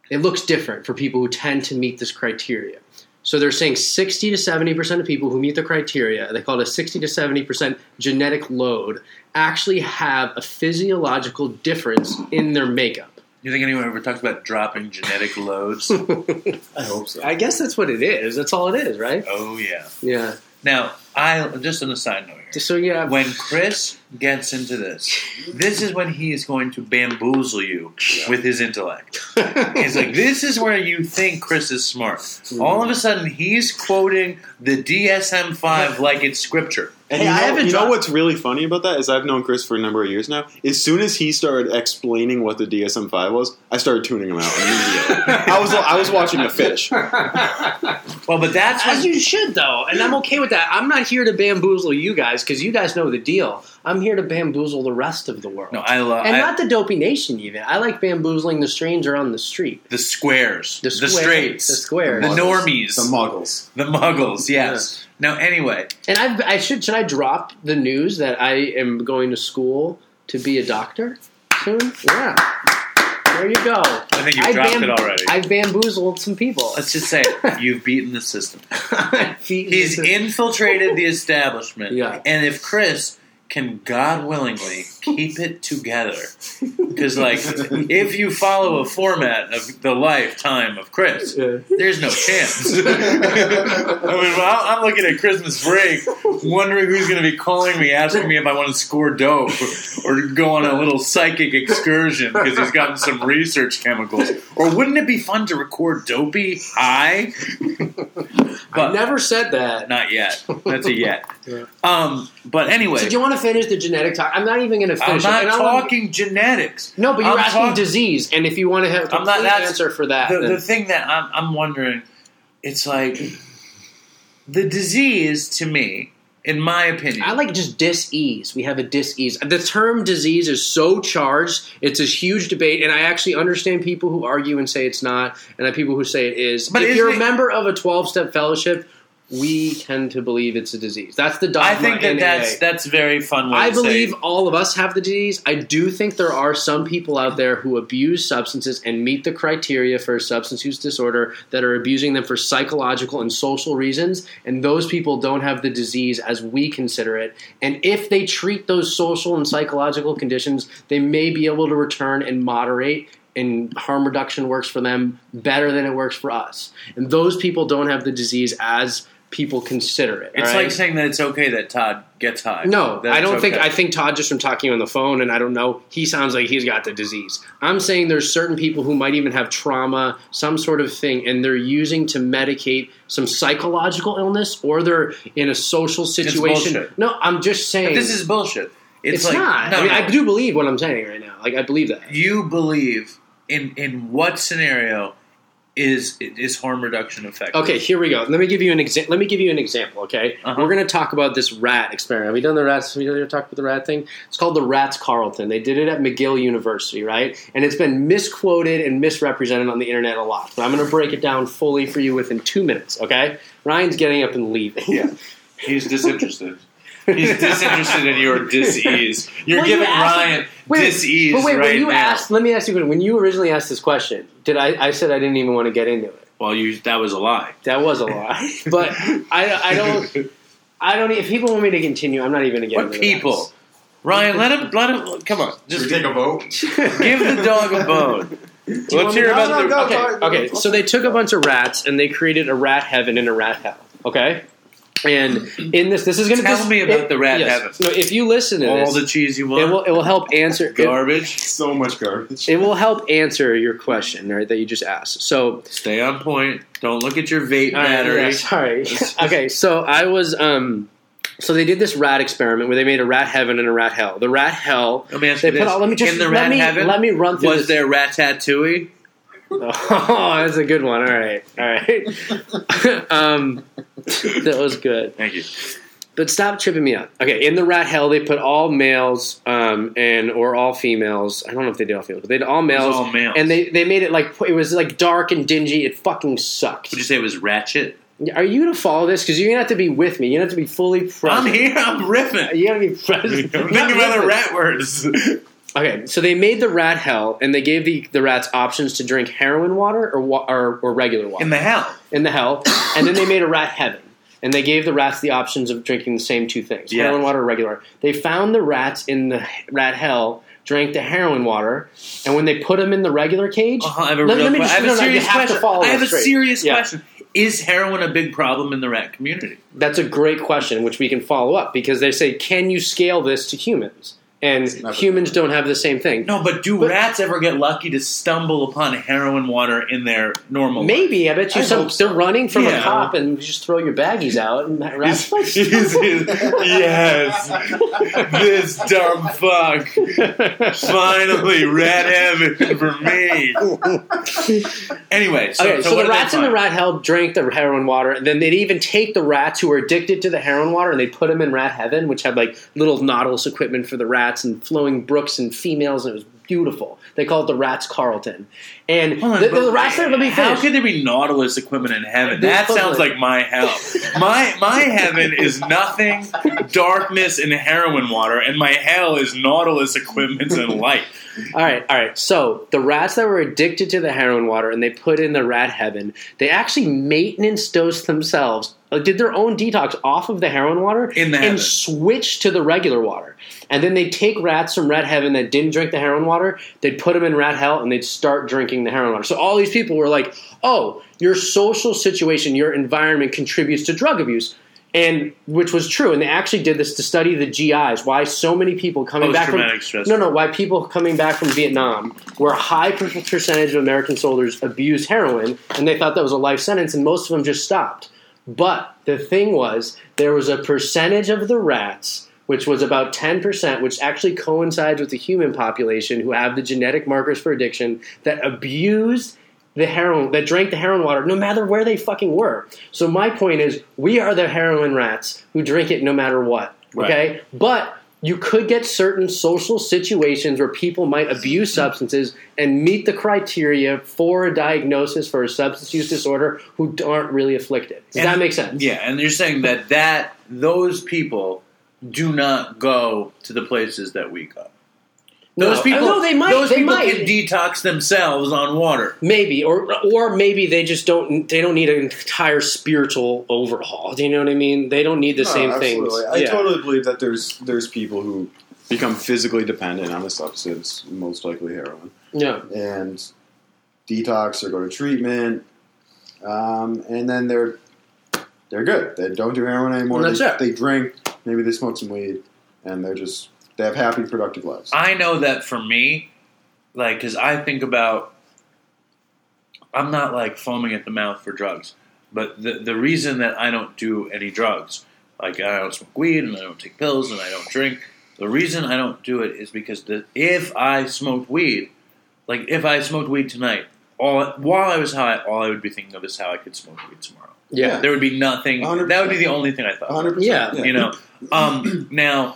B: it looks different for people who tend to meet this criteria. So they're saying 60 to 70% of people who meet the criteria, they call it a 60 to 70% genetic load, actually have a physiological difference in their makeup. (laughs)
C: You think anyone ever talks about dropping genetic loads?
D: I hope so.
B: I guess that's what it is. That's all it is, right?
C: oh yeah.
B: Yeah.
C: Now, I just on a side note here.
B: So yeah,
C: When Chris gets into this, this is when he is going to bamboozle you with his intellect. It's like this is where you think Chris is smart. All of a sudden, he's quoting the DSM five like it's scripture.
D: And
B: Hey,
D: you know,
B: I haven't
D: you know
B: dro-
D: what's really funny about that is I've known Chris for a number of years now. As soon as he started explaining what the DSM five was, I started tuning him out
B: (laughs)
D: immediately. I was I was watching a (laughs) fish.
C: Well, but that's
B: As
C: when
B: you should, though, and I'm okay with that. I'm not here to bamboozle you guys because you guys know the deal. I'm here to bamboozle the rest of the world,
C: no, I love
B: and
C: I-
B: not the dopey nation. Even I like bamboozling the stranger on the street,
C: the squares,
B: the,
C: the,
B: square,
C: straights,
B: the squares,
C: the normies,
D: The muggles.
C: the muggles. Yes. Now, anyway,
B: And I've, I should should I drop the news that I am going to school to be a doctor soon? Yeah, there you go.
C: I think you dropped it already.
B: I've bamboozled some people. (laughs)
C: let's just say you've beaten the system. He's
B: (laughs) He's
C: infiltrated the establishment.
B: Yeah.
C: And if Chris can, God willingly, keep it together, because like if you follow a format of the lifetime of Chris, there's no chance. I
D: (laughs)
C: mean, well, I'm looking at Christmas break, wondering who's going to be calling me, asking me if I want to score dope or go on a little psychic excursion because he's gotten some research chemicals. Or wouldn't it be fun to record dopey high?
B: I never said that.
C: Not yet. That's
B: (laughs)
C: a yet.
B: Yeah.
C: Um, but anyway,
B: Did you want to finish the genetic talk? I'm not even going to
C: I'm
B: finish
C: not
B: it. And I wanna-
C: talking genetics.
B: No, but you're
C: I'm
B: asking
C: talking-
B: disease, and if you want to have a
C: I'm not-
B: complete
C: that's-
B: answer for that,
C: The,
B: then-
C: the thing that I'm, I'm wondering, it's like the disease to me, in my opinion,
B: I like just dis-ease. We have a dis-ease. The term disease is so charged. It's a huge debate, and I actually understand people who argue and say it's not, and I people who say it is.
C: But
B: if you're a
C: isn't it-
B: member of a 12-step fellowship, we tend to believe it's a disease. That's the dogma
C: I think
B: in
C: that that's
B: AA.
C: that's a very fun. Way
B: I
C: to say
B: believe
C: it.
B: all of us have the disease. I do think there are some people out there who abuse substances and meet the criteria for a substance use disorder that are abusing them for psychological and social reasons, and those people don't have the disease as we consider it. And if they treat those social and psychological conditions, they may be able to return and moderate. And harm reduction works for them better than it works for us. And those people don't have the disease as people consider it.
C: it's
B: all right?
C: like saying that it's okay that Todd gets high.
B: No,
C: That's
B: I don't think.
C: okay.
B: I think Todd just from talking on the phone, and I don't know. He sounds like he's got the disease. I'm saying there's certain people who might even have trauma, some sort of thing, and they're using to medicate some psychological illness, or they're in a social situation.
C: bullshit.
B: No, I'm just saying
C: this is bullshit. It's,
B: it's
C: like,
B: not.
C: No,
B: I mean,
C: no.
B: I do believe what I'm saying right now. Like I believe that.
C: you believe in in what scenario is is harm reduction effective?
B: Okay, here we go. Let me give you an example. Let me give you an example. Okay,
C: Uh-huh.
B: we're going to talk about this rat experiment. Have we done the rats? Have we ever talked about the rat thing? It's called the Rats Carlton. They did it at McGill University, right? And it's been misquoted and misrepresented on the internet a lot. But I'm going to break it down fully for you within two minutes. Okay, Ryan's getting up and leaving.
D: Yeah.
B: (laughs)
C: He's disinterested. He's disinterested in your disease. You're
B: Well, you
C: giving
B: asked-
C: Ryan
B: Wait,
C: disease
B: but wait,
C: right
B: when you
C: now.
B: asked, let me ask you, a question. when you originally asked this question, did I, I said I didn't even want to get into it?
C: well, you that was a lie.
B: That was a (laughs) lie, but I, I don't. I don't. e, If people want me to continue, I'm not even going to get
C: What
B: into (laughs)
C: people? Ryan, let him. Let him. Come on,
D: Should
C: just
D: we take a vote?
B: That.
C: give the dog a
B: (laughs)
C: bone. Let's
B: want me
C: hear
B: to-
C: about
D: No,
C: the.
D: no, go.
B: okay, okay. So they took a bunch of rats and they created a rat heaven and a rat hell. Okay, And in this, this is going to
C: Tell me about the rat habit.
B: No, if you listen to
C: All
B: this,
C: the cheese you want.
B: it will it will help answer it-
C: Garbage.
D: So much garbage.
B: It, will help answer your question right that you just asked. So
C: Stay on point. Don't look at your vape
B: All right,
C: battery.
B: yeah, sorry. (laughs) okay, so I was um, so they did this rat experiment where they made a rat heaven and a rat hell. The rat hell.
C: Let me ask
B: They
C: you
B: put
C: this.
B: all, let me just
C: In the
B: let
C: rat
B: me
C: heaven,
B: let me run through
C: was
B: this. (laughs)
C: there ratatouille?
B: Oh, that's a good one. All right, all right. (laughs) um, that was good.
C: Thank you.
B: But stop tripping me up. Okay, in the rat hell, they put all males um, and or all females. I don't know if they did all females, but they did all
C: It
B: males.
C: was all males.
B: and they, they made it like it was like dark and dingy. It fucking sucked.
C: would you say it was ratchet?
B: Are you gonna follow this? Because you're gonna have to be with me. You're gonna have to be fully present.
C: I'm here. I'm riffing.
B: (laughs) You gotta be present.
C: Think of other rat words.
B: Okay, so they made the rat hell, and they gave the, the rats options to drink heroin water or wa- or, or regular water
C: In the hell.
B: in the hell, and then they made a rat heaven, and they gave the rats the options of drinking the same two things:
C: Yeah.
B: heroin water or regular. water. They found the rats in the rat hell drank the heroin water, and when they put them in the regular cage,
C: Uh-huh, I have a,
B: Let-
C: real
B: let me just-
C: que- I have
B: no,
C: a
B: no, you
C: serious
B: have to
C: question.
B: follow
C: I have
B: that
C: a
B: straight.
C: serious
B: Yeah.
C: question. Is heroin a big problem in the rat community?
B: that's a great question, which we can follow up because they say, can you scale this to humans? And
D: never-
B: humans don't have the same thing.
C: No, but do
B: But-
C: rats ever get lucky to stumble upon heroin water in their normal life?
B: Maybe I bet you
D: I
B: some
D: hope so.
B: they're running from a
C: Yeah.
B: cop and you just throw your baggies out and that rats (laughs)
C: (laughs)
B: like,
C: yes, this dumb fuck. Finally, rat heaven for
B: (laughs)
C: me. Anyway, so,
B: okay, so, the
C: what did they
B: rats in the
C: find?
B: rat hell drank the heroin water, and then they'd even take the rats who were addicted to the heroin water and they put them in rat heaven, which had like little nautilus equipment for the rats and flowing brooks and females, and it was beautiful. They called it the rats Carlton, and
C: Hold on,
B: the,
C: but
B: the rats that let me
C: How
B: finish.
C: could there be Nautilus equipment in heaven?
B: The
C: That sounds
B: equivalent.
C: like my hell. My my heaven is nothing, darkness and heroin water, and my hell is Nautilus equipment and light.
B: All right, all right. So the rats that were addicted to the heroin water and they put in the rat heaven, they actually maintenance dosed themselves, uh, did their own detox off of the heroin water
C: In the heaven.
B: and switched to the regular water. And then they take rats from rat heaven that didn't drink the heroin water, they'd put them in rat hell and they'd start drinking the heroin water. So all these people were like, oh, your social situation, your environment contributes to drug abuse. And which was true, and they actually did this to study the GIs. Why so many people coming back from
C: Post-traumatic stress.
B: no, no, why people coming back from Vietnam, where a high per- percentage of American soldiers abused heroin, and they thought that was a life sentence, and most of them just stopped. But the thing was, there was a percentage of the rats, which was about 10%, which actually coincides with the human population who have the genetic markers for addiction, that abused the heroin, that drank the heroin water, no matter where they fucking were. So my point is, we are the heroin rats who drink it no matter what. Okay? But you could get certain social situations where people might abuse substances and meet the criteria for a diagnosis for a substance use disorder who aren't really afflicted. Does that
C: And-
B: make sense?
C: Yeah, and you're saying that that those people do not go to the places that we go. Those
B: No.
C: people,
B: No, they might.
C: Those
B: They
C: people
B: might.
C: can detox themselves on water.
B: Maybe, or or maybe they just don't. They don't need an entire spiritual overhaul. Do you know what I mean? They don't need the same things.
D: Oh, I
B: Yeah.
D: totally believe that there's there's people who become physically dependent on the substance, most likely heroin,
B: yeah.
D: and detox or go to treatment, um, and then they're they're good. They don't do heroin anymore.
B: Well, that's
D: they, they
B: it.
D: drink, maybe they smoke some weed, and they're just they have happy, productive lives.
C: I know that for me, like, because I think about, I'm not like foaming at the mouth for drugs, but the the reason that I don't do any drugs, like I don't smoke weed and I don't take pills and I don't drink, the reason I don't do it is because the, if I smoked weed, like if I smoked weed tonight, all while I was high, all I would be thinking of is how I could smoke weed tomorrow.
B: Yeah.
C: There would be nothing. That would be the only thing I thought. about,
D: 100%.
B: Yeah.
C: You know. Um, now,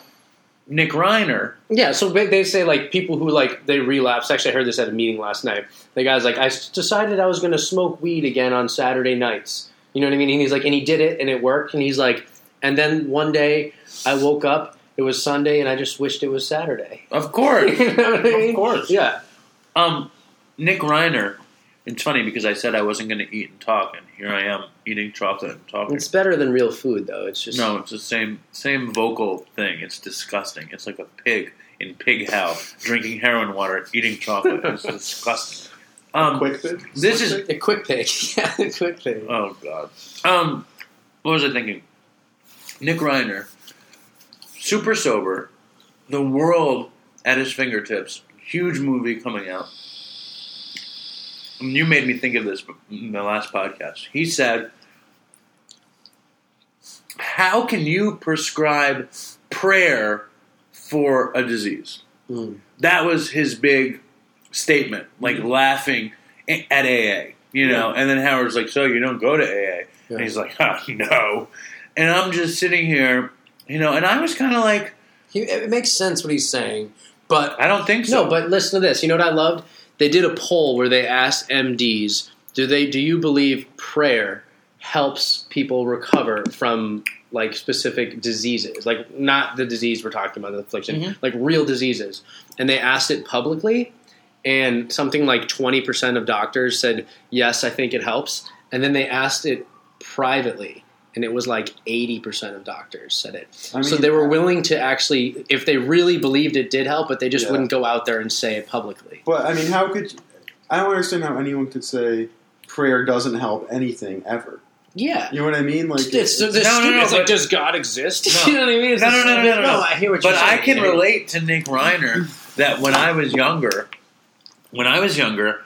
C: Nick Reiner.
B: Yeah, so they, they say like people who like they relapse. Actually, I heard this at a meeting last night. The guy's like, I s- decided I was going to smoke weed again on Saturday nights. You know what I mean? And he's like, and he did it, and it worked. And he's like, and then one day I woke up, it was Sunday, and I just wished it was Saturday.
C: Of course.
B: (laughs) You know what I mean?
C: Of course.
B: yeah.
C: Um, Nick Reiner. It's funny because I said I wasn't going to eat and talk, and here I am eating chocolate and talking.
B: It's better than real food, though. It's just
C: no, it's the same same vocal thing. It's disgusting. It's like a pig in pig hell drinking heroin water, eating chocolate. It's disgusting. Um,
D: Quick fix.
C: this
B: (laughs)
C: is Uh,
B: a quick pick. yeah, a quick pick.
C: oh god. Um, what was I thinking? Nick Reiner, super sober, the world at his fingertips, huge movie coming out. And You made me think of this in the last podcast. He said, How can you prescribe prayer for a disease?
B: Mm.
C: That was his big statement, like laughing a- at AA, you know. And then Howard's like, So you don't go to AA?
B: Yeah.
C: And he's like, oh, No. And I'm just sitting here, you know, and I was kind of like,
B: He, it makes sense what he's saying, but
C: I don't think so.
B: no. But listen to this. You know what I loved? They did a poll where they asked MDs, "Do they? Do you believe prayer helps people recover from like specific diseases? Like not the disease we're talking about, the affliction,
C: Mhm.
B: like real diseases." And they asked it publicly, and something like twenty percent of doctors said, "Yes, I think it helps." And then they asked it privately. And it was like 80% of doctors said it
D: I mean,
B: so they were willing to actually, if they really believed it did help, but they just
D: Yeah.
B: wouldn't go out there and say it publicly.
D: But I mean, how could you, I don't understand how anyone could say prayer doesn't help anything ever.
B: Yeah.
D: You know what I mean? Like
B: It's, it's, it's
C: No, no,
B: stupid.
C: no,
B: It's like,
C: but-
B: does God exist? (laughs)
C: No.
B: you know what I mean? It's
C: No,
B: a
C: no, no, no,
B: stupid-
C: no, no.
B: I hear what
C: But
B: you're
C: I
B: saying.
C: can
B: Dave.
C: relate to Nick
B: (laughs)
C: Reiner that when I was younger, when I was younger,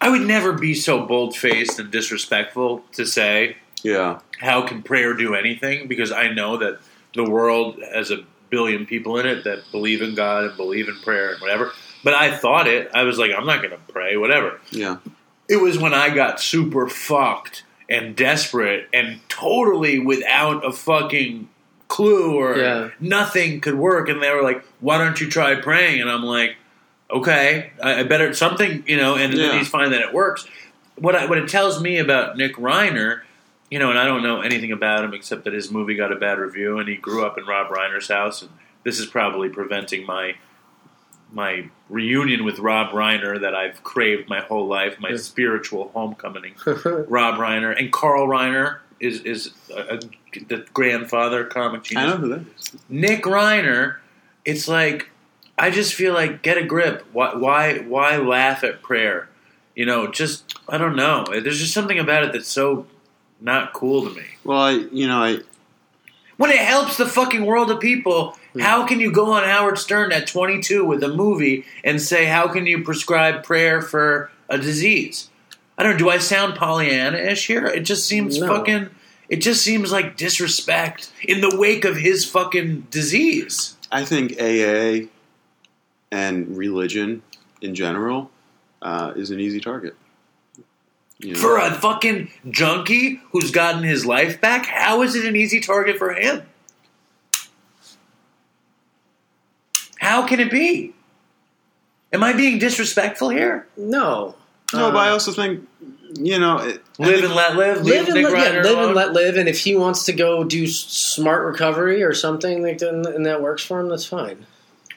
C: I would never be so bold faced and disrespectful to say,
D: yeah,
C: How can prayer do anything? Because I know that the world has a billion people in it that believe in God and believe in prayer and whatever. But I thought it. I was like, I'm not going to pray, whatever.
D: yeah.
C: It was when I got super fucked and desperate and totally without a fucking clue or
B: Yeah.
C: nothing could work. And they were like, why don't you try praying? And I'm like, okay, I, I better something, you know, and
D: Yeah.
C: then he's fine that it works. What, I, what it tells me about Nick Reiner, you know, and I don't know anything about him except that his movie got a bad review and he grew up in Rob Reiner's house. And this is probably preventing my my reunion with Rob Reiner that I've craved my whole life, my
B: Yeah.
C: spiritual homecoming. Rob Reiner and Carl Reiner is is a, a, the grandfather comic
D: I know
C: genius.
D: who that is.
C: Nick Reiner, it's like I just feel like get a grip. Why why why laugh at prayer? You know, just I don't know. There's just something about it that's so not cool to me.
D: Well, I you know I
C: When it helps the fucking world of people, how can you go on Howard Stern at 22 with a movie and say, how can you prescribe prayer for a disease? I don't know. Do I sound Pollyanna-ish here? It just seems
B: No.
C: fucking. It just seems like disrespect in the wake of his fucking disease.
D: I think AA and religion in general uh, is an easy target. You know?
C: For a fucking junkie who's gotten his life back, how is it an easy target for him? How can it be? Am I being disrespectful here?
B: (laughs) No.
D: no, but I
B: Uh,
D: also think you know it, I
C: Live
D: think-
C: and let live.
B: Live and
C: Nick
B: let, yeah,
C: Reiner
B: live and
C: alone.
B: let live, and if he wants to go do s- smart recovery or something like that, and that works for him, that's fine.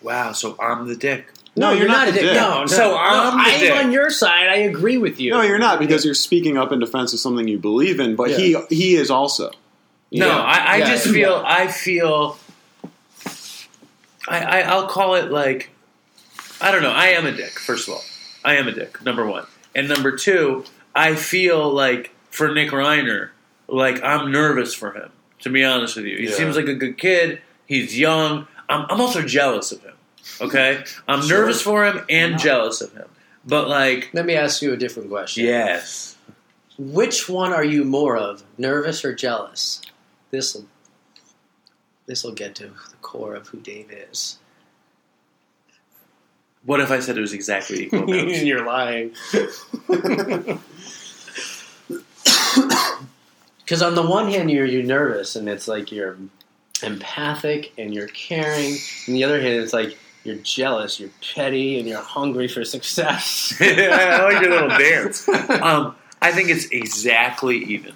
C: Wow, so I'm the dick.
D: No, you're not
B: a
D: the
B: dick.
D: dick.
B: No, no,
C: So
B: no,
C: I'm the
B: I'm
C: dick.
B: on your side. I agree with you.
D: No, you're not because you're speaking up in defense of something you believe in. But he he
F: (laughs)
D: is also.
C: No,
B: Yeah.
C: I, I
B: Yeah,
C: just
B: yeah.
C: feel. I feel. I, I I'll call it like. I don't know. I am a dick. First of all, I am a dick. Number one, and number two, I feel like for Nick Reiner, like I'm nervous for him. To be honest with you, he
D: Yeah.
C: seems like a good kid. He's young. I'm, I'm also jealous of him. Okay, I'm
B: Sure.
C: nervous for him and jealous of him. But like,
B: Let me ask you a different question.
C: yes,
B: Which one are you more of, nervous or jealous? This will this will get to the core of who Dave is.
C: what if I said it was
B: (laughs)
C: exactly equal? amounts? (laughs)
B: You're (coughs) lying. Because on the one hand, you're you nervous, and it's like you're empathic and you're caring. On the other hand, it's like you're jealous, you're petty, and you're hungry for success. (laughs)
C: I like your (laughs) little dance. Um, I think it's exactly even.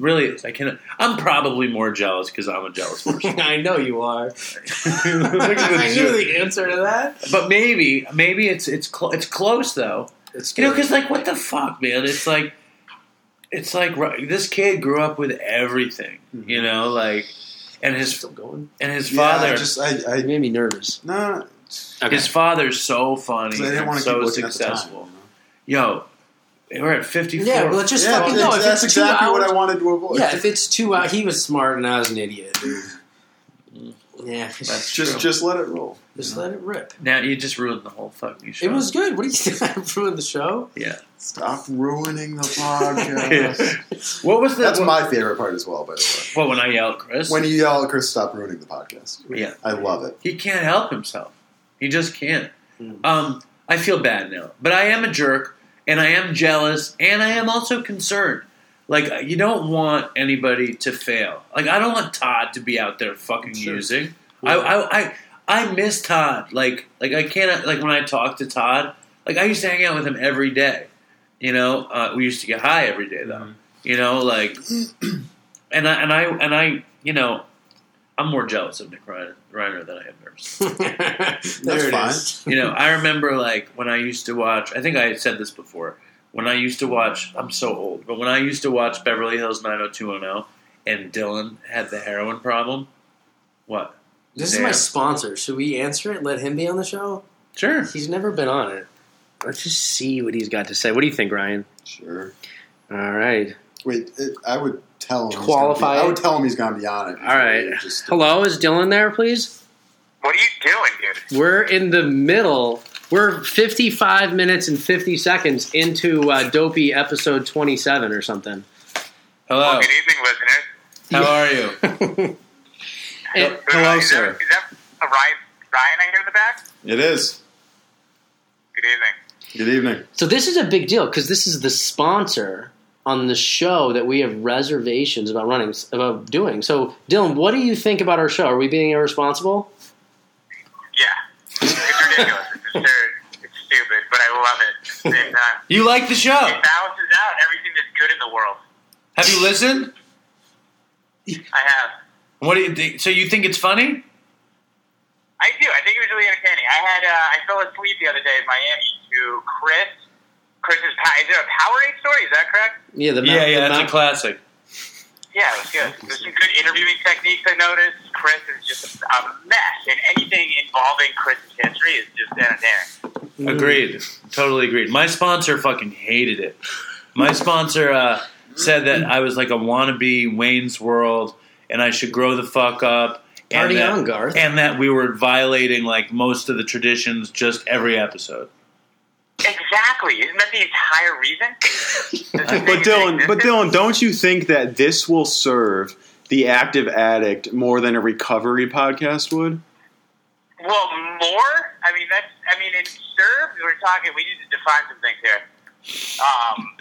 C: Really, is. I can. I'm probably more jealous because I'm a jealous
D: (laughs)
C: person.
B: I know you are.
C: Look at the
B: (laughs) I knew the answer to that.
C: but maybe, maybe it's it's clo it's close though.
B: It's
C: You know, because like, what the fuck, man? It's like, it's like right, this kid grew up with everything.
D: Mm-hmm.
C: You know, like, and his
B: still going.
C: and his father.
D: I just I,
B: It
D: I
B: made me nervous.
D: no.
C: His father's so funny
D: I didn't
C: and
D: want to
C: so
D: keep looking at the
C: successful.
D: time.
C: Yo, We're at 54.
F: Yeah, let's just
D: yeah,
F: fucking
D: that's,
F: no. If
D: that's
F: it's two
D: exactly what I
F: hours-
D: wanted to avoid.
F: Yeah, if it's two hours, he was smart and I was an idiot.
B: Mm.
F: yeah,
C: That's
D: (laughs) just
C: true.
D: just let it roll.
F: just let it rip.
C: now you just ruined the whole fucking show.
F: It was good. What do you think? (laughs) Ruined the show.
C: yeah.
D: Stop
F: (laughs)
D: ruining the podcast.
C: What was the
G: That's
C: what-
G: my favorite part as well, by the
C: Well, when I yell at Chris,
G: way. When you yell at Chris, stop ruining the podcast.
C: yeah,
G: I love it.
C: he can't help himself. He just can't. Um, I feel bad now, but I am a jerk, and I am jealous, and I am also concerned. Like you don't want anybody to fail. Like I don't want Todd to be out there fucking using. I, I I I miss Todd. Like like I can't like when I talk to Todd. Like I used to hang out with him every day. You know, uh, we used to get high every day though. You know, like (clears throat) and I and I and I you know. I'm more jealous of Nick Reiner, Reiner than I am nervous
F: That's
G: That's
F: there it
G: fine.
F: is.
C: you know, I remember like when I used to watch. I think I had said this before. When I used to watch, I'm so old, but when I used to watch Beverly Hills 90210, and Dylan had the heroin problem. What?
F: This is
C: Damn.
F: my sponsor. Should we answer it? Let him be on the show.
C: Sure.
F: He's never been on it.
B: Let's just see what he's got to say. What do you think, Ryan?
G: Sure.
B: All right.
G: Wait, it, I would tell him. he's gonna
B: Qualify
G: be-
B: it?
G: I would tell him he's going to be on it.
B: All right.
G: Just-
B: Hello, is Dylan there, please?
H: What are you doing, dude?
B: We're in the middle. We're 55 minutes and 50 seconds into uh, Dopey episode 27 or (laughs) something.
C: Hello.
H: Good evening, listeners.
C: How are you?
B: Eh, And-
H: Hello, is sir. That, is that a Ryan? Ryan, I hear in the back.
D: It is.
H: Good evening.
D: Good evening.
B: So this is a big deal because this is the sponsor on the show that we have reservations about running about doing. So Dylan, what do you think about our show? Are we being irresponsible?
H: Yeah, it's ridiculous. it's absurd. It's stupid, but I love it. At the same time, (laughs)
C: You like the show?
H: it balances out everything that's good in the world.
C: Have you listened?
H: I have.
C: What do you think? So you think it's funny?
H: I do. I think it was really entertaining. I had. Uh, I fell asleep the other day in Miami to Chris. Chris's. pa- Is there a Powerade story? Is that correct?
B: Yeah, the
C: yeah,
B: mouth-
C: yeah.
B: the
C: That's a
B: mouth-
C: classic.
H: Yeah, it was good. There's some good interviewing techniques I noticed. Chris is just a, a mess, and anything involving Chris's history is just entertaining.
C: Mm.
B: Mm.
C: Agreed. Totally agreed. My sponsor fucking hated it. My sponsor uh, said that I was like a wannabe Wayne's World and I should grow the fuck up. And
B: Party
C: that,
B: on, Garth.
C: And that we were violating like most of the traditions just every episode.
H: Exactly. Isn't that the
D: (laughs)
H: entire reason?
D: But Dylan, but Dylan, don't you think that this will serve the active addict more than a recovery podcast would?
H: Well, more. I mean, that's. I mean, it serves. We're talking. We need to define some things here. Um,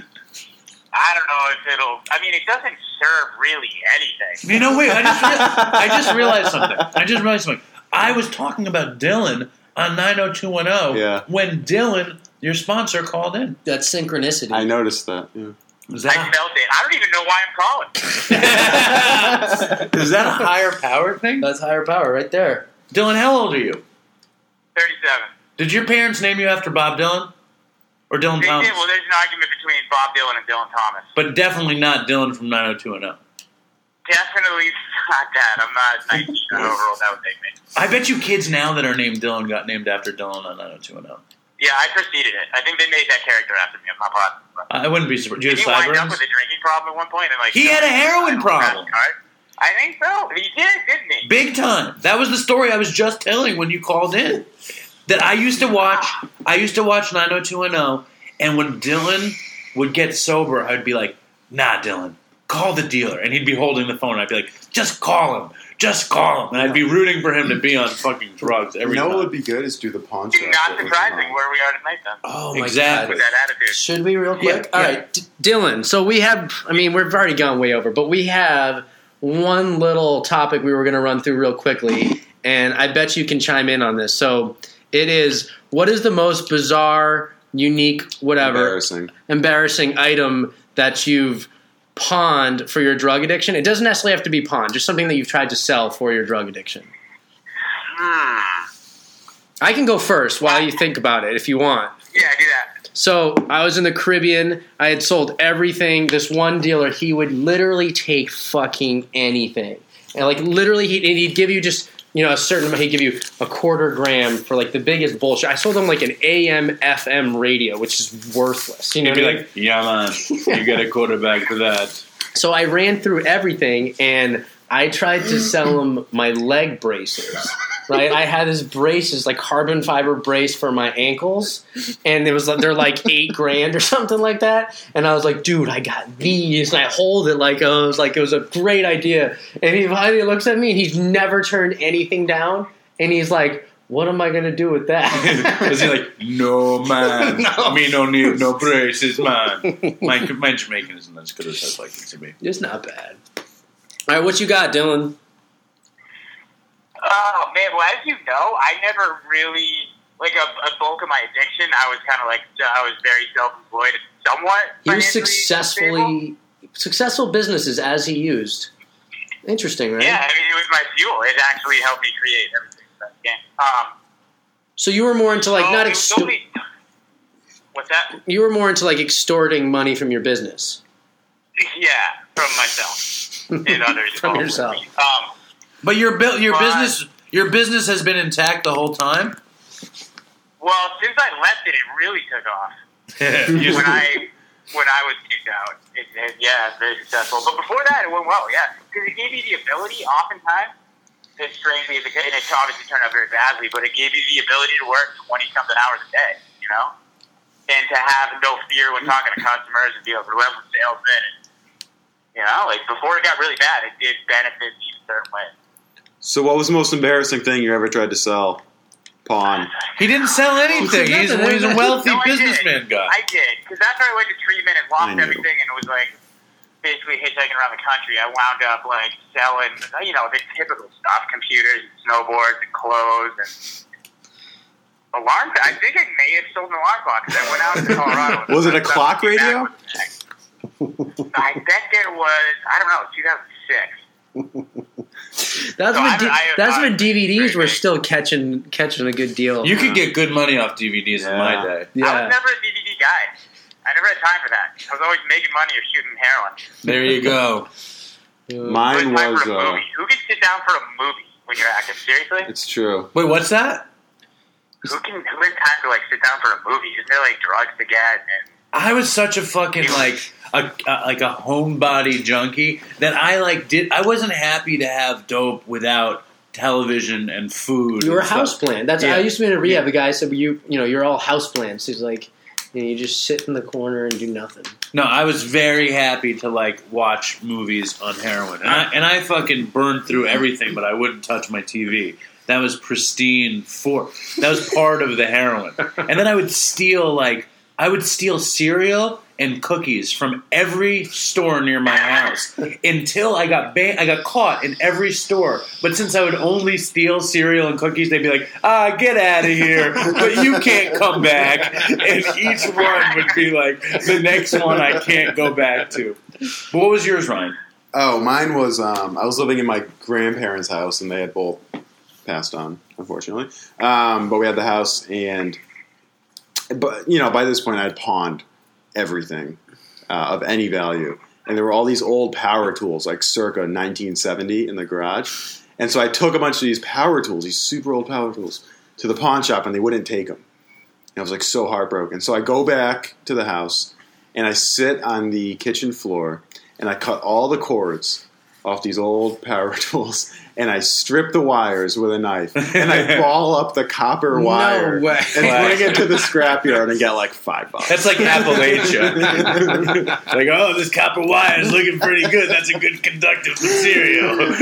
H: I don't know if it'll. I mean, it doesn't serve really anything.
C: You know, wait, I just, rea- I just realized something. I just realized something. I was talking about Dylan on 90210
D: Yeah.
C: when Dylan, your sponsor, called in.
F: That's synchronicity.
D: I noticed that. Yeah.
C: Is
H: I
C: that,
H: felt it. I don't even know why I'm calling.
C: (laughs) (laughs) is that a higher power thing?
F: That's higher power right there.
C: Dylan, how old are you?
H: Thirty-seven.
C: Did your parents name you after Bob Dylan or Dylan
H: They
C: Thomas?
H: did. Well, there's an argument between Bob Dylan and Dylan Thomas.
C: but definitely not Dylan from 90210.
H: Definitely not that. I'm not 19 year old. That would take me.
C: I bet you kids now that are named Dylan got named after Dylan on 90210.
H: Yeah, I preceded it. I think they made that character after me. I'm not positive. but-
C: I I wouldn't be surprised. Do you
H: Did
C: have
H: he wind up
C: sideburns?
H: with a drinking problem at one point? And like
C: He had a heroin problem.
H: I think so. He did, didn't he?
C: Big time. That was the story I was just telling when you called in. That I used to watch. I used to watch 90210, and when Dylan would get sober, I'd be like, "Nah, Dylan, call the dealer," and he'd be holding the phone. I'd be like, "Just call him." Just call him, and I'd be rooting for him to be on fucking drugs every
G: you know
C: time.
G: what would be good is do the pawn shop.
H: Not
G: that was
H: surprising
G: mine.
H: where we are tonight, then.
F: Oh my
C: Exactly.
H: With
F: god.
H: that attitude.
F: Should we real quick?
C: Yeah,
F: All
C: yeah.
F: right.
B: D- Dylan, so we have I mean, we've already gone way over, but we have one little topic we were going to run through real quickly, and I bet you can chime in on this. So, it is what is the most bizarre, unique, whatever
D: Embarrassing.
B: embarrassing item that you've pawned for your drug addiction? It doesn't necessarily have to be pawned, just something that you've tried to sell for your drug addiction.
H: Hmm.
B: I can go first while you think about it if you want.
H: Yeah, do that.
B: So I was in the Caribbean. I had sold everything. This one dealer, he would literally take fucking anything, and like literally, he and he'd give you just you know, a certain amount. He'd give you a quarter gram for like the biggest bullshit. I sold him like an AM FM radio, which is worthless. You know,
C: You'd
B: what
C: be
B: I mean?
C: like, yeah, man, you get a quarterback
F: (laughs)
C: for that.
B: So I ran through everything and I tried to sell him my leg braces. Right, I had his braces, like carbon fiber brace for my ankles, and it was like they're like eight grand or something like that. And I was like, dude, I got these, and I hold it like I was like it was a great idea. And he finally looks at me, and he's never turned anything down, and he's like, what am I gonna do with that? (laughs)
C: Is he like,
F: (laughs)
C: no, man, me no need no braces, man. My, my Jamaican isn't as good as I'd like it to be.
B: it's not bad.
F: All right, what you got, Dylan?
H: Oh man, well as you know, I never really like a, a bulk of my addiction. I was kind of like I was very self-employed, and somewhat.
B: He was
H: financially stable.
B: successfully successful businesses as he used. Interesting, right?
H: Yeah, I mean, it was my fuel. It actually helped me create everything. That I can. Um,
B: So you were more into like
H: so
B: not
H: it was
B: extor-
H: only- What's that?
B: you were more into like extorting money from your business.
H: Yeah, from
B: (laughs)
H: myself and others.
B: From
H: involved with
B: yourself.
H: me. Um,
C: But your bu- your
H: Right.
C: business your business has been intact the whole time.
H: well, since I left it, it really took off.
C: (laughs) You-
H: when I when I was kicked out, it, it, yeah, it's very successful. But before that, it went well, yeah, because it gave you the ability, oftentimes, it's strangely, and it obviously turned out very badly, but it gave you the ability to work twenty something hours a day, you know, and to have no fear when talking to customers and be a relentless salesman. And, you know, like before it got really bad, it did benefit me in a certain way.
D: So, what was the most embarrassing thing you ever tried to sell? Pawn.
C: he didn't sell anything. He's, he's a wealthy
H: No, I did.
C: businessman guy.
H: I did because after I went to treatment and
D: I
H: lost
D: knew.
H: everything and was like basically hitchhiking around the country, I wound up like selling you know the typical stuff: computers, and snowboards, and clothes, and alarm. I think I may have sold an alarm clock 'cause I went out
D: (laughs)
H: to Colorado.
D: Was it a clock
H: Came back
D: radio?
H: with the next. I bet there was. I don't know. 2006.
B: That's
H: No,
B: when
H: I-
B: D-
H: I-
B: that's
H: I-
B: when DVDs were
H: great.
B: still catching catching a good deal.
C: you could get good money off DVDs in my
D: Yeah.
C: day.
H: I
B: yeah.
H: was never a DVD guy. I never had time for that. I was always making money or shooting heroin.
C: There you go.
D: Mine
H: Good time
D: was.
H: for a
D: Uh,
H: movie. Who can sit down for a movie when you're active? Seriously?
D: it's true.
C: Wait, what's that?
H: Who can who has time to like sit down for a movie? Isn't there like drugs to get and
C: I was such a fucking like a, a like a homebody junkie that I like did. I wasn't happy to have dope without television and food.
B: You were
C: and stuff.
B: houseplant. That's
C: Yeah.
B: I used to be in a rehab. A guy said well, you you know you're all houseplants. He's like you, know, you just sit in the corner and do nothing.
C: No, I was very happy to like watch movies on heroin, and I, and I fucking burned through everything, but I wouldn't touch my TV. That was pristine for that was part of the heroin, and then I would steal like I would steal cereal and cookies from every store near my house until I got ban- I got caught in every store. But since I would only steal cereal and cookies, they'd be like, "Ah, get out of here! But you can't come back." (laughs) And each one would be like, "The next one I can't go back to." But what was yours, Ryan?
D: Oh, mine was. Um, I was living in my grandparents' house, and they had both passed on, unfortunately. Um, but we had the house, and but you know, by this point, I had pawned everything uh, of any value, and there were all these old power tools, like circa 1970, in the garage. And so I took a bunch of these power tools, these super old power tools, to the pawn shop, and they wouldn't take them. And I was like so heartbroken. So I go back to the house, and I sit on the kitchen floor and I cut all the cords off these old power (laughs) tools and I strip the wires with a knife and I ball up the copper wire
F: way.
D: and bring it to the scrapyard and get like five bucks.
C: That's like Appalachia. like, oh, this copper wire is looking pretty good. That's a good conductive material.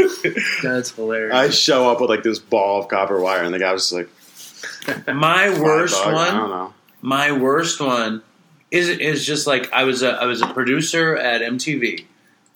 B: That's
D: (laughs)
B: hilarious.
D: I show up with like this ball of copper wire and the guy was just like,
C: My
D: "Five
C: worst
D: bucks? I
C: one.
D: don't know.
C: my worst one is is just like I was a I was a producer at MTV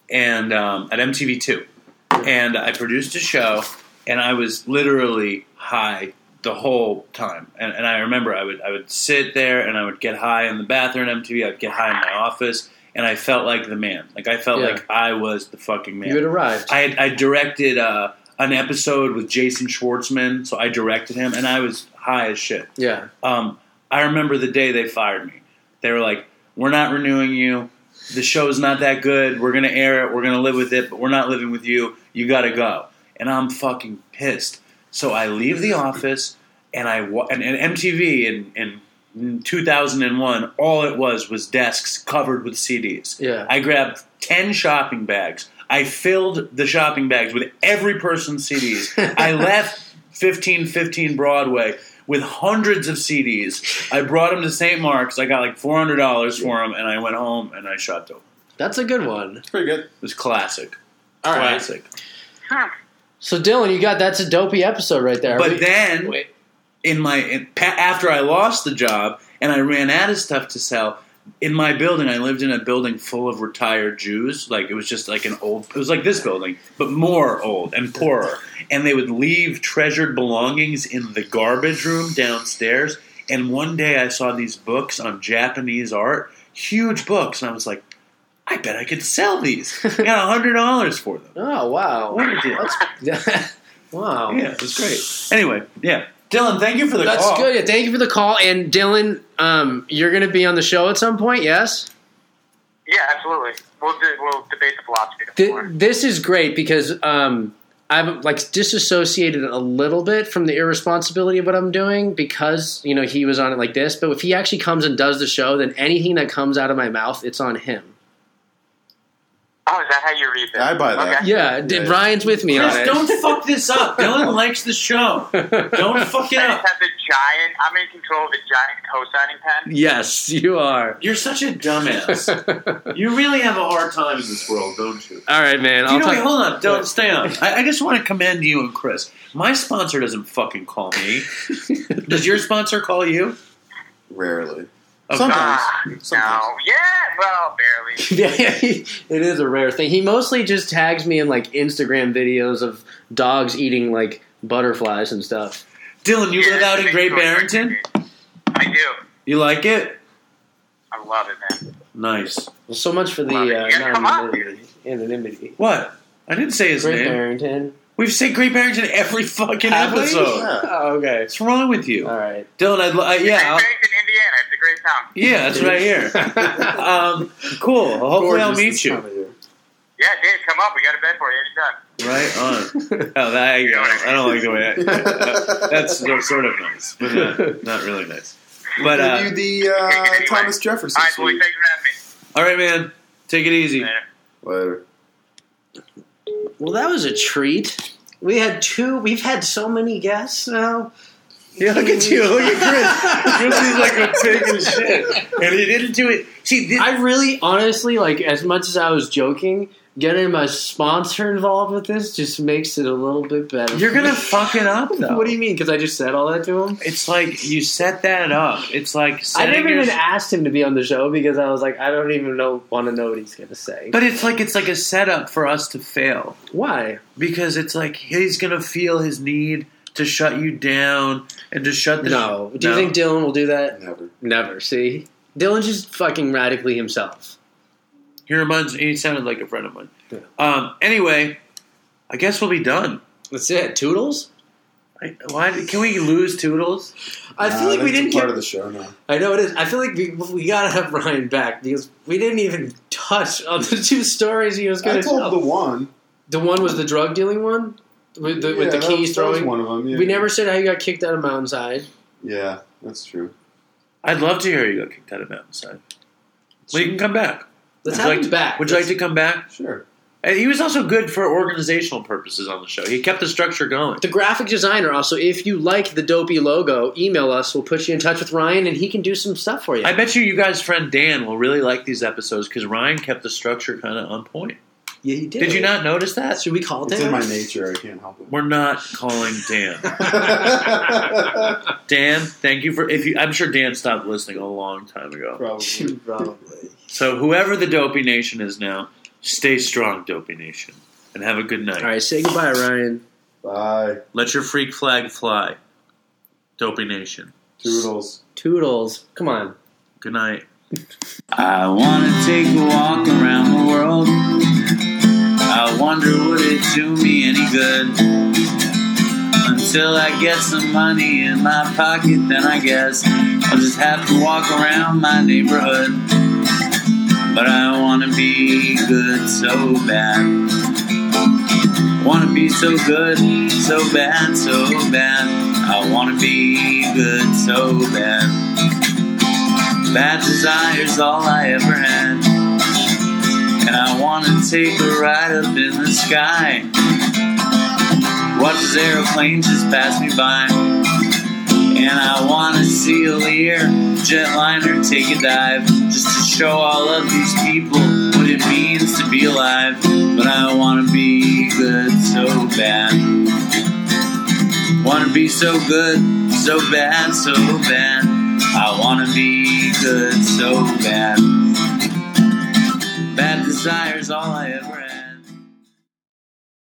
C: and um, at MTV two, and I produced a show, and I was literally high the whole time. And, and I remember I would I would sit there and I would get high in the bathroom at MTV. I'd get high in my office, and I felt like the man. Like I felt
B: Yeah.
C: like I was the fucking man.
B: you had arrived.
C: I had, I directed uh, an episode with Jason Schwartzman, so I directed him, and I was high as shit.
B: yeah.
C: Um, I remember the day they fired me. They were like, "We're not renewing you. The show's not that good. We're gonna air it. We're gonna live with it, but we're not living with you. You gotta go." And I'm fucking pissed So I leave the office and I wa- and, and MTV in, in 2001, all it was was desks covered with CDs.
B: Yeah.
C: I grabbed 10 shopping bags. I filled the shopping bags with every person's CDs.
B: (laughs)
C: I left 1515 Broadway with hundreds of CDs. I brought them to St. Mark's. I got like $400 for them and I went home and I shot them.
B: That's a good one.
D: It's pretty good.
C: It was classic.
D: All right.
C: classic.
B: So Dylan, you got that's a dopey episode right there. Are
C: But
B: we-
C: then
B: wait.
C: in my in, pa- after I lost the job and I ran out of stuff to sell in my building. I lived in a building full of retired Jews. Like it was just like an old. It was like this building, but more old and poorer. And they would leave treasured belongings in the garbage room downstairs. And one day I saw these books on Japanese art, huge books, and I was like, I bet I could sell these. I got hundred dollars for them.
B: oh wow,
C: What a deal.
B: (laughs) That's- wow,
C: Yeah, it was great. Anyway, yeah. Dylan, thank you for the
B: that's
C: call.
B: good. Yeah, thank you for the call. And Dylan, um, you're going to be on the show at some point. Yes.
H: Yeah, absolutely. We'll do, we'll debate the philosophy.
B: Th-
H: tomorrow.
B: this is great because um, I'm like disassociated a little bit from the irresponsibility of what I'm doing because you know he was on it like this. But if he actually comes and does the show, then anything that comes out of my mouth, it's on him.
H: oh, is that how you read that?
G: I buy that.
H: Okay.
B: Yeah, d-
G: Yeah.
B: Brian's with me
C: Chris,
B: on it.
C: don't fuck
B: (laughs)
C: this up. Dylan likes the show. Don't fuck it
H: I
C: up.
H: just have the giant. I'm in control of the giant co-signing pen.
B: yes, you (laughs) are.
C: You're such a dumbass. You really have a hard time in this world, don't you?
B: All right, man.
C: You
B: I'll
C: know, wait,
B: talk-
C: hold on. Don't stay on. I, I just want to commend you and Chris. My sponsor doesn't fucking call
B: (laughs)
C: me. Does your sponsor call you?
B: (laughs)
G: Rarely.
C: Okay.
H: Ah, no. Yeah. Well, barely.
B: (laughs) yeah, it is a rare thing. He mostly just tags me in like Instagram videos of dogs eating like butterflies and stuff.
C: Dylan, you live out in Great Barrington.
H: I do.
C: You like it?
H: I love it, man.
C: Nice.
B: Well, so much for the
H: Wow,
B: uh,
H: you gotta come up.
B: anonymity. anonymity.
C: What? I didn't say his
B: Great
C: name.
B: Barrington.
C: We've said Great Barrington every fucking
B: Have we?
C: episode.
B: Oh, okay.
C: What's wrong with you,
B: All right.
C: Dylan? I'd, li- I, yeah, I'll-
H: Great Barrington, Indiana. It's a great town.
C: Yeah, that's right here. um, cool. Hopefully, I'll
F: Gorgeous
C: meet
F: this
C: you.
F: time of year.
H: Yeah, Dave, come up. We got a bed for you anytime.
C: Right (laughs) on. Oh, that, I, I don't like the way that, that's sort of nice, but not, not really nice. But uh,
G: Give you the uh, Thomas Jefferson.
H: All right, boys.
G: suite.
H: Thanks for having me.
C: all right, man. Take it easy.
H: Later.
G: Whatever.
F: Well, that was a treat. We had two. We've had so many guests now.
C: Yeah, look at you. Look at Chris. Chris is like a pig and shit, and he didn't do it. See, this,
B: I really, honestly, like as much as I was joking, getting my sponsor involved with this just makes it a little bit better.
C: you're gonna fuck it up,
B: (laughs)
C: though.
B: What do you mean? Because I just said all that to him.
C: It's like you set that up. It's like
B: I
C: setting
B: never
C: your-
B: even asked him to be on the show because I was like, I don't even know want to know what he's gonna say.
C: But it's like it's like a setup for us to fail.
B: Why?
C: because it's like he's gonna feel his need to shut you down and to shut the
B: No. Do you
C: No.
B: think Dylan will do that?
G: Never.
B: Never. See, Dylan's just fucking radically himself.
C: he reminds he sounded like a friend of mine. Um, anyway, I guess we'll be done.
B: That's it. Toodles.
C: I, why can we lose Toodles?
F: I
G: Nah,
F: feel like we
G: that's a
F: didn't
G: part
F: get.
G: of the show now.
F: I know it is. I feel like we, we gotta have Ryan back because we didn't even touch on the two stories he was
G: I
F: gonna
G: told
F: tell.
G: the one.
B: The one was the drug dealing one with the, with the
G: Yeah,
B: keys
G: that was- that was
B: throwing.
G: one of them. Yeah.
B: We never said how you got kicked out of Mountainside.
G: Yeah, that's true.
C: I'd love to hear you got kicked out of Mountainside. Well, you can come back.
B: Let's
C: Would
B: have
C: you like
B: him back.
C: To, would you like to come back?
G: Sure.
C: And he was also good for organizational purposes on the show. He kept the structure going.
B: the graphic designer also, if you like the dopey logo, email us. We'll put you in touch with Ryan, and he can do some stuff for you.
C: I bet you, you guys' friend Dan will really like these episodes because Ryan kept the structure kind of on point.
B: yeah, he did.
C: Did you not notice that?
B: Should we call
G: It's
B: Dan?
G: in my
B: (laughs)
G: nature. I can't help
C: We're not calling Dan.
B: (laughs)
G: it. (laughs)
C: Dan, thank you for if you I'm sure Dan stopped listening a long time ago.
G: Probably.
F: Probably.
C: So whoever the dopey nation is now, stay strong, dopey nation. And have a good night.
B: All right, say goodbye, Ryan.
G: Bye.
C: Let your freak flag fly. Dopey Nation.
G: Toodles.
B: Toodles. Come on.
C: Good night. I wanna take a walk around the world. I wonder would it do me any good? Until I get some money in my pocket, then I guess I'll just have to walk around my neighborhood. But I wanna be good so bad. Wanna be so good, so bad, so bad. I wanna be good, so bad. Bad desires, all I ever had. And I wanna take a ride up in the sky. Watch as aeroplanes just pass me by. And I wanna see a Lear jetliner take a dive just to show all of these people what it means to be alive. But I wanna be good so bad. Wanna be so good, so bad, so bad. I wanna be good so bad. Bad desires all I ever